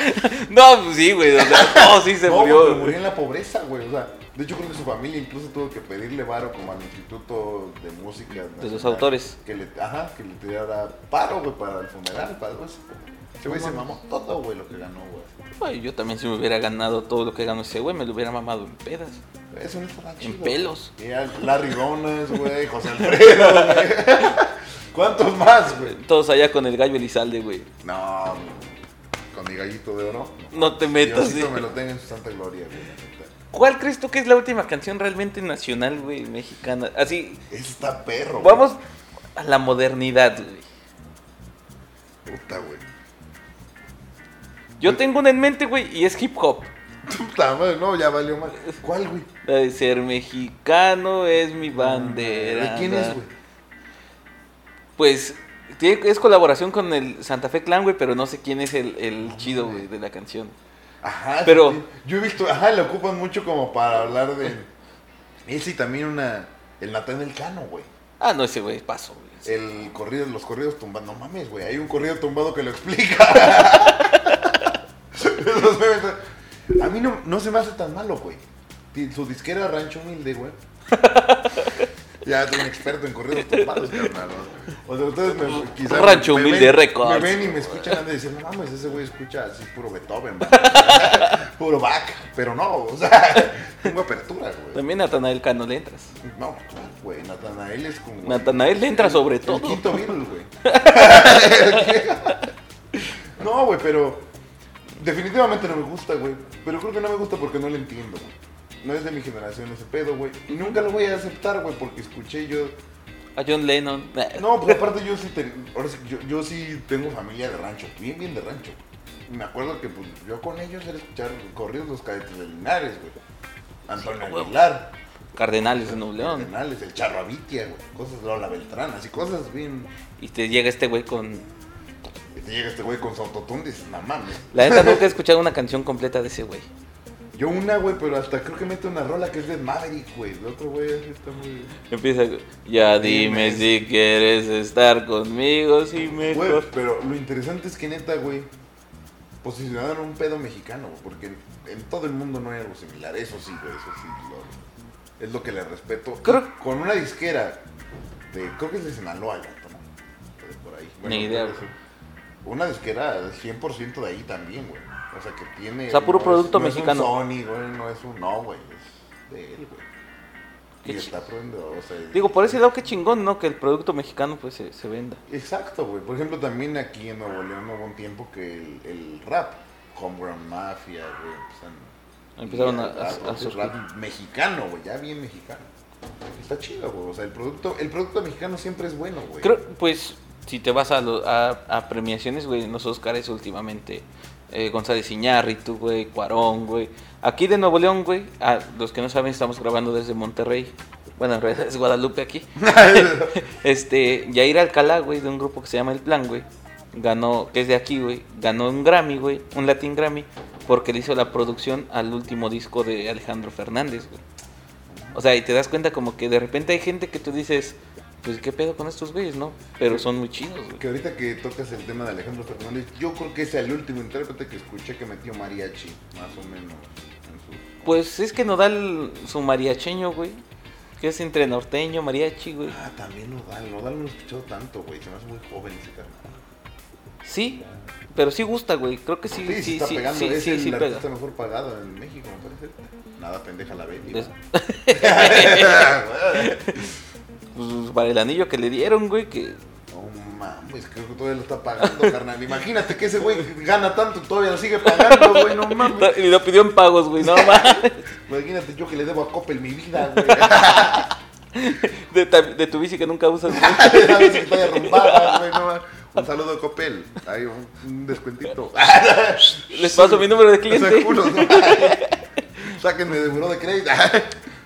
S3: No, pues sí, güey. O sea, no, sí se
S1: No,
S3: murió.
S1: pero
S3: güey.
S1: murió en la pobreza, güey. O sea, de hecho creo que su familia incluso tuvo que pedirle varo como al Instituto de Música. Nacional,
S3: los autores.
S1: Que le, ajá, que le tirara paro, güey, para el funeral, para algo así. Ese güey se mamó todo, güey, lo que ganó, güey.
S3: Ay, yo también si me hubiera ganado todo lo que ganó ese güey, me lo hubiera mamado en pedas.
S1: Eso no estaba chido.
S3: En pelos.
S1: güey. Mira, Larry Donas, güey, José Alfredo, güey. ¿Cuántos más, güey?
S3: Todos allá con el gallo Elizalde, güey.
S1: No, con mi gallito de oro.
S3: No te metas,
S1: Diosito me
S3: güey.
S1: lo tenga en su santa gloria, güey, la neta.
S3: ¿Cuál crees tú que es la última canción realmente nacional, güey, mexicana? Así,
S1: Ese está perro, güey.
S3: vamos a la modernidad, güey.
S1: Puta, güey.
S3: Yo tengo una en mente, güey, y es hip hop.
S1: Puta madre, no, ya valió mal. ¿Cuál, güey?
S3: La de ser mexicano es mi bandera.
S1: Ah, ¿De quién es, güey?
S3: Pues tiene- es colaboración con el Santa Fe Clan, güey, pero no sé quién es el,
S1: Ah,
S3: el chido, güey, de la canción.
S1: Ajá,
S3: Pero-
S1: sí, Yo he visto, ajá, lo ocupan mucho como para hablar de. Ese y también una. El Nathaniel Cano, güey.
S3: Ah, no, ese güey, paso, güey.
S1: El corrido, los corridos tumbados. No mames, güey. Hay un corrido tumbado que lo explica. Esos memes son- A mí no, no se me hace tan malo, güey. Ti- Su disquera Rancho Humilde, güey. Ya es un experto en corridos tumbados, carnal. O sea, ustedes me, quizás
S3: Rancho Humilde
S1: ven,
S3: Records.
S1: Me ven y me escuchan antes de decir, no mames, ese güey escucha así puro Beethoven, güey. puro Bach. Pero no, o sea, tengo apertura, güey.
S3: También Natanael Cano le entras.
S1: No, pues, güey, Natanael es como...
S3: Natanael le entra sobre
S1: El
S3: todo.
S1: quinto virus, güey. no, güey, pero definitivamente no me gusta, güey. Pero creo que no me gusta porque no lo entiendo, güey. No es de mi generación ese pedo, güey. Y nunca lo voy a aceptar, güey, porque escuché yo...
S3: A John Lennon.
S1: No, pues aparte yo sí, ten- ahora sí- yo, yo sí tengo familia de rancho. Bien, bien de rancho. Y Me acuerdo que pues, yo con ellos era escuchar corridos los cadetes de Linares, güey. Antonio
S3: Sí, a huevo.
S1: Aguilar,
S3: Cardenales de Nuevo León.
S1: Cardenales, el Charro Avitia, güey. Cosas de Lola Beltrán, así cosas bien...
S3: Y te llega este güey con.
S1: Y te llega este güey con su autotune y dices, no mames.
S3: La neta nunca he escuchado una canción completa de ese güey.
S1: Yo una, güey, pero hasta creo que mete una rola que es de Maverick, güey. El otro güey así está muy...
S3: Empieza. Ya dime
S1: Dime.
S3: si quieres estar conmigo, si
S1: Güey,
S3: mejor.
S1: pero lo interesante es que neta, güey, posicionaron un pedo mexicano, güey, porque en, en todo el mundo no hay algo similar. Eso sí, güey, eso sí. lo- es lo que le respeto.
S3: Creo-
S1: Con una disquera de... Creo que es de Sinaloa, el vato, ¿no? O de por ahí.
S3: Ni idea,
S1: creo que
S3: güey.
S1: sí. Una disquera del 100% de ahí también, güey. O sea, que tiene...
S3: O sea, puro
S1: no es-
S3: producto mexicano.
S1: No es un Sony, güey, no es un... No, güey, es de él, güey.
S3: Qué
S1: Y
S3: chi-
S1: está aprendiendo, o sea...
S3: Digo, por ese lado, qué chingón, ¿no? Que el producto mexicano pues se, se venda.
S1: Exacto, güey. Por ejemplo, también aquí en Nuevo León hubo un tiempo que el, el rap, Homegrown Mafia, güey, empezaron,
S3: Empezaron a,
S1: y el
S3: a-
S1: rap,
S3: a
S1: el
S3: surgir.
S1: rap mexicano, güey, ya bien mexicano. Está chido, güey. O sea, el producto, el producto mexicano siempre es bueno, güey.
S3: Creo, pues, si te vas a, lo- a, a premiaciones, güey, en los Oscars últimamente, eh, González Iñárritu, güey, Cuarón, güey. Aquí de Nuevo León, güey, a los que no saben, estamos grabando desde Monterrey. Bueno, en realidad es Guadalupe aquí. Este, Yair Alcalá, güey, de un grupo que se llama El Plan, güey. Ganó, que es de aquí, güey. Ganó un Grammy, güey. Un Latin Grammy. Porque le hizo la producción al último disco de Alejandro Fernández, güey. O sea, y te das cuenta como que de repente hay gente que tú dices, pues qué pedo con estos güeyes, ¿no? Pero son muy chidos, güey.
S1: Que ahorita que tocas el tema de Alejandro Fernández, yo creo que es el último intérprete que escuché que metió mariachi, más o menos. en
S3: Pues es que Nodal, su mariacheño, güey. Que es entre norteño, mariachi, güey.
S1: su- Ah, también Nodal. Nodal no lo he escuchado tanto, güey. Se me hace muy joven ese carnal.
S3: Sí, pero sí gusta, güey. Creo que sí,
S1: Sí, sí,
S3: sí,
S1: está
S3: sí,
S1: pegando.
S3: sí,
S1: es
S3: sí,
S1: el
S3: sí
S1: artista
S3: pega.
S1: mejor pagado en México, me parece. Nada pendeja la Betty.
S3: Es-
S1: ¿no?
S3: Pues, para el anillo que le dieron, güey, que
S1: No mames, creo que todavía lo está pagando, carnal. Imagínate que ese güey gana tanto y todavía lo sigue pagando, güey. No mames.
S3: Y lo pidió en pagos, güey, no mames.
S1: Imagínate yo que le debo a Coppel mi vida, güey.
S3: De, ta- de tu bici que nunca usas. güey.
S1: Estoy arrumbada, güey, no mames. Un saludo, Copel. Ahí, un un descuentito.
S3: Les paso mi número de
S1: Los
S3: cliente.
S1: culos, no mames. Sáquenme de buró de crédito.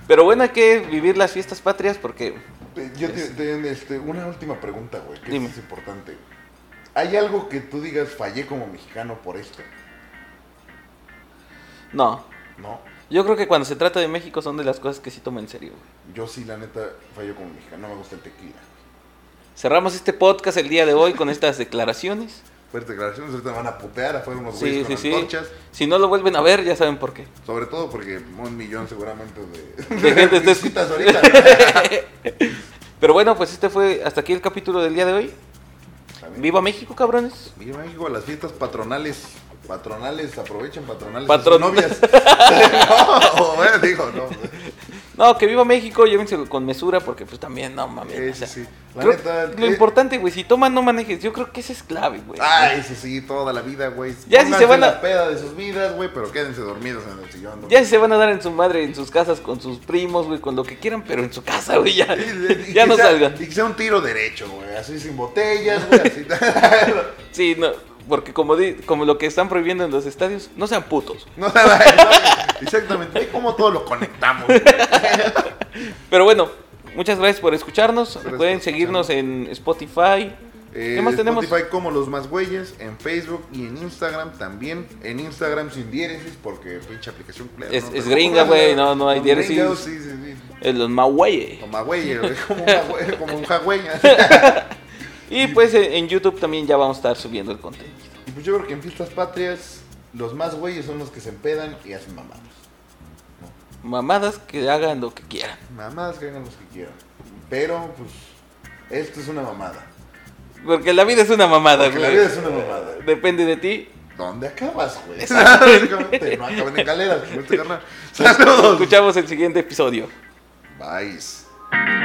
S3: Pero bueno, hay que vivir las fiestas patrias porque
S1: Eh, Yo te, te- este, una última pregunta, güey, que
S3: Dime.
S1: es importante. ¿Hay algo que tú digas fallé como mexicano por esto?
S3: no.
S1: No.
S3: Yo creo que cuando se trata de México son de las cosas que sí tomo en serio. güey.
S1: Yo sí, la neta, fallo como mexicano. No me gusta el tequila.
S3: Cerramos este podcast el día de hoy con estas declaraciones.
S1: Fuertes declaraciones, ahorita me van a putear afuera unos
S3: Sí,
S1: güeyes
S3: sí,
S1: con
S3: sí.
S1: antorchas.
S3: Si no lo vuelven a ver, ya saben por qué.
S1: Sobre todo porque un millón seguramente de,
S3: De gente está
S1: visitas ahorita.
S3: Pero bueno, pues este fue hasta aquí el capítulo del día de hoy. ¡Viva México, cabrones!
S1: Viva México, las fiestas patronales. Patronales, aprovechen patronales.
S3: Patron-
S1: Patron... novias. no, bueno, digo, no.
S3: No, que viva México, llévenselo con mesura porque pues también, no mames.
S1: Sí,
S3: o sea,
S1: sí, sí. La
S3: creo-
S1: neta,
S3: lo
S1: eh.
S3: importante, güey, si toman, no manejes. Yo creo que esa es clave, güey.
S1: Ay, eso sí, toda la vida, güey.
S3: Ya si
S1: Pónganse
S3: se van a-
S1: la peda de sus vidas, güey, pero quédense dormidos en el sillón. ¿no?
S3: Ya si se van a dar en su madre, en sus casas, con sus primos, güey, con lo que quieran, pero en su casa, güey, ya,
S1: Y- y- y
S3: ya no
S1: que sea-
S3: salgan.
S1: Y que sea un tiro derecho, güey. Así sin botellas, güey. Así.
S3: Sí, no, porque como, di- como lo que están prohibiendo en los estadios, no sean putos.
S1: no se va. no, Exactamente. Ahí como todo lo conectamos, güey.
S3: Pero bueno, muchas gracias por escucharnos.
S1: Gracias
S3: Pueden
S1: por
S3: seguirnos en Spotify.
S1: Eh,
S3: ¿Qué más tenemos?
S1: Spotify como los más güeyes, en Facebook y en Instagram también. En Instagram sin diéresis, porque pinche aplicación culera,
S3: Es-
S1: Pero
S3: es gringa, güey, no- no hay
S1: son gringos,
S3: diéresis.
S1: Sí, sí, sí.
S3: En los Maguaye.
S1: Como güey, como un güey, como un jagüey.
S3: Y pues en en YouTube también ya vamos a estar subiendo el contenido.
S1: Y pues yo creo que en fiestas patrias, los más güeyes son los que se empedan y hacen mamadas.
S3: Mamadas que hagan lo que quieran.
S1: Mamadas que hagan los que quieran. Pero, pues, esto es una mamada.
S3: Porque la vida es una mamada,
S1: Porque la
S3: güey.
S1: vida es una mamada.
S3: Depende de ti.
S1: ¿Dónde acabas, güey?
S3: Exactamente.
S1: Básicamente, no acaban en galeras, como este carnal. Saludos.
S3: Escuchamos el siguiente episodio.
S1: Bye.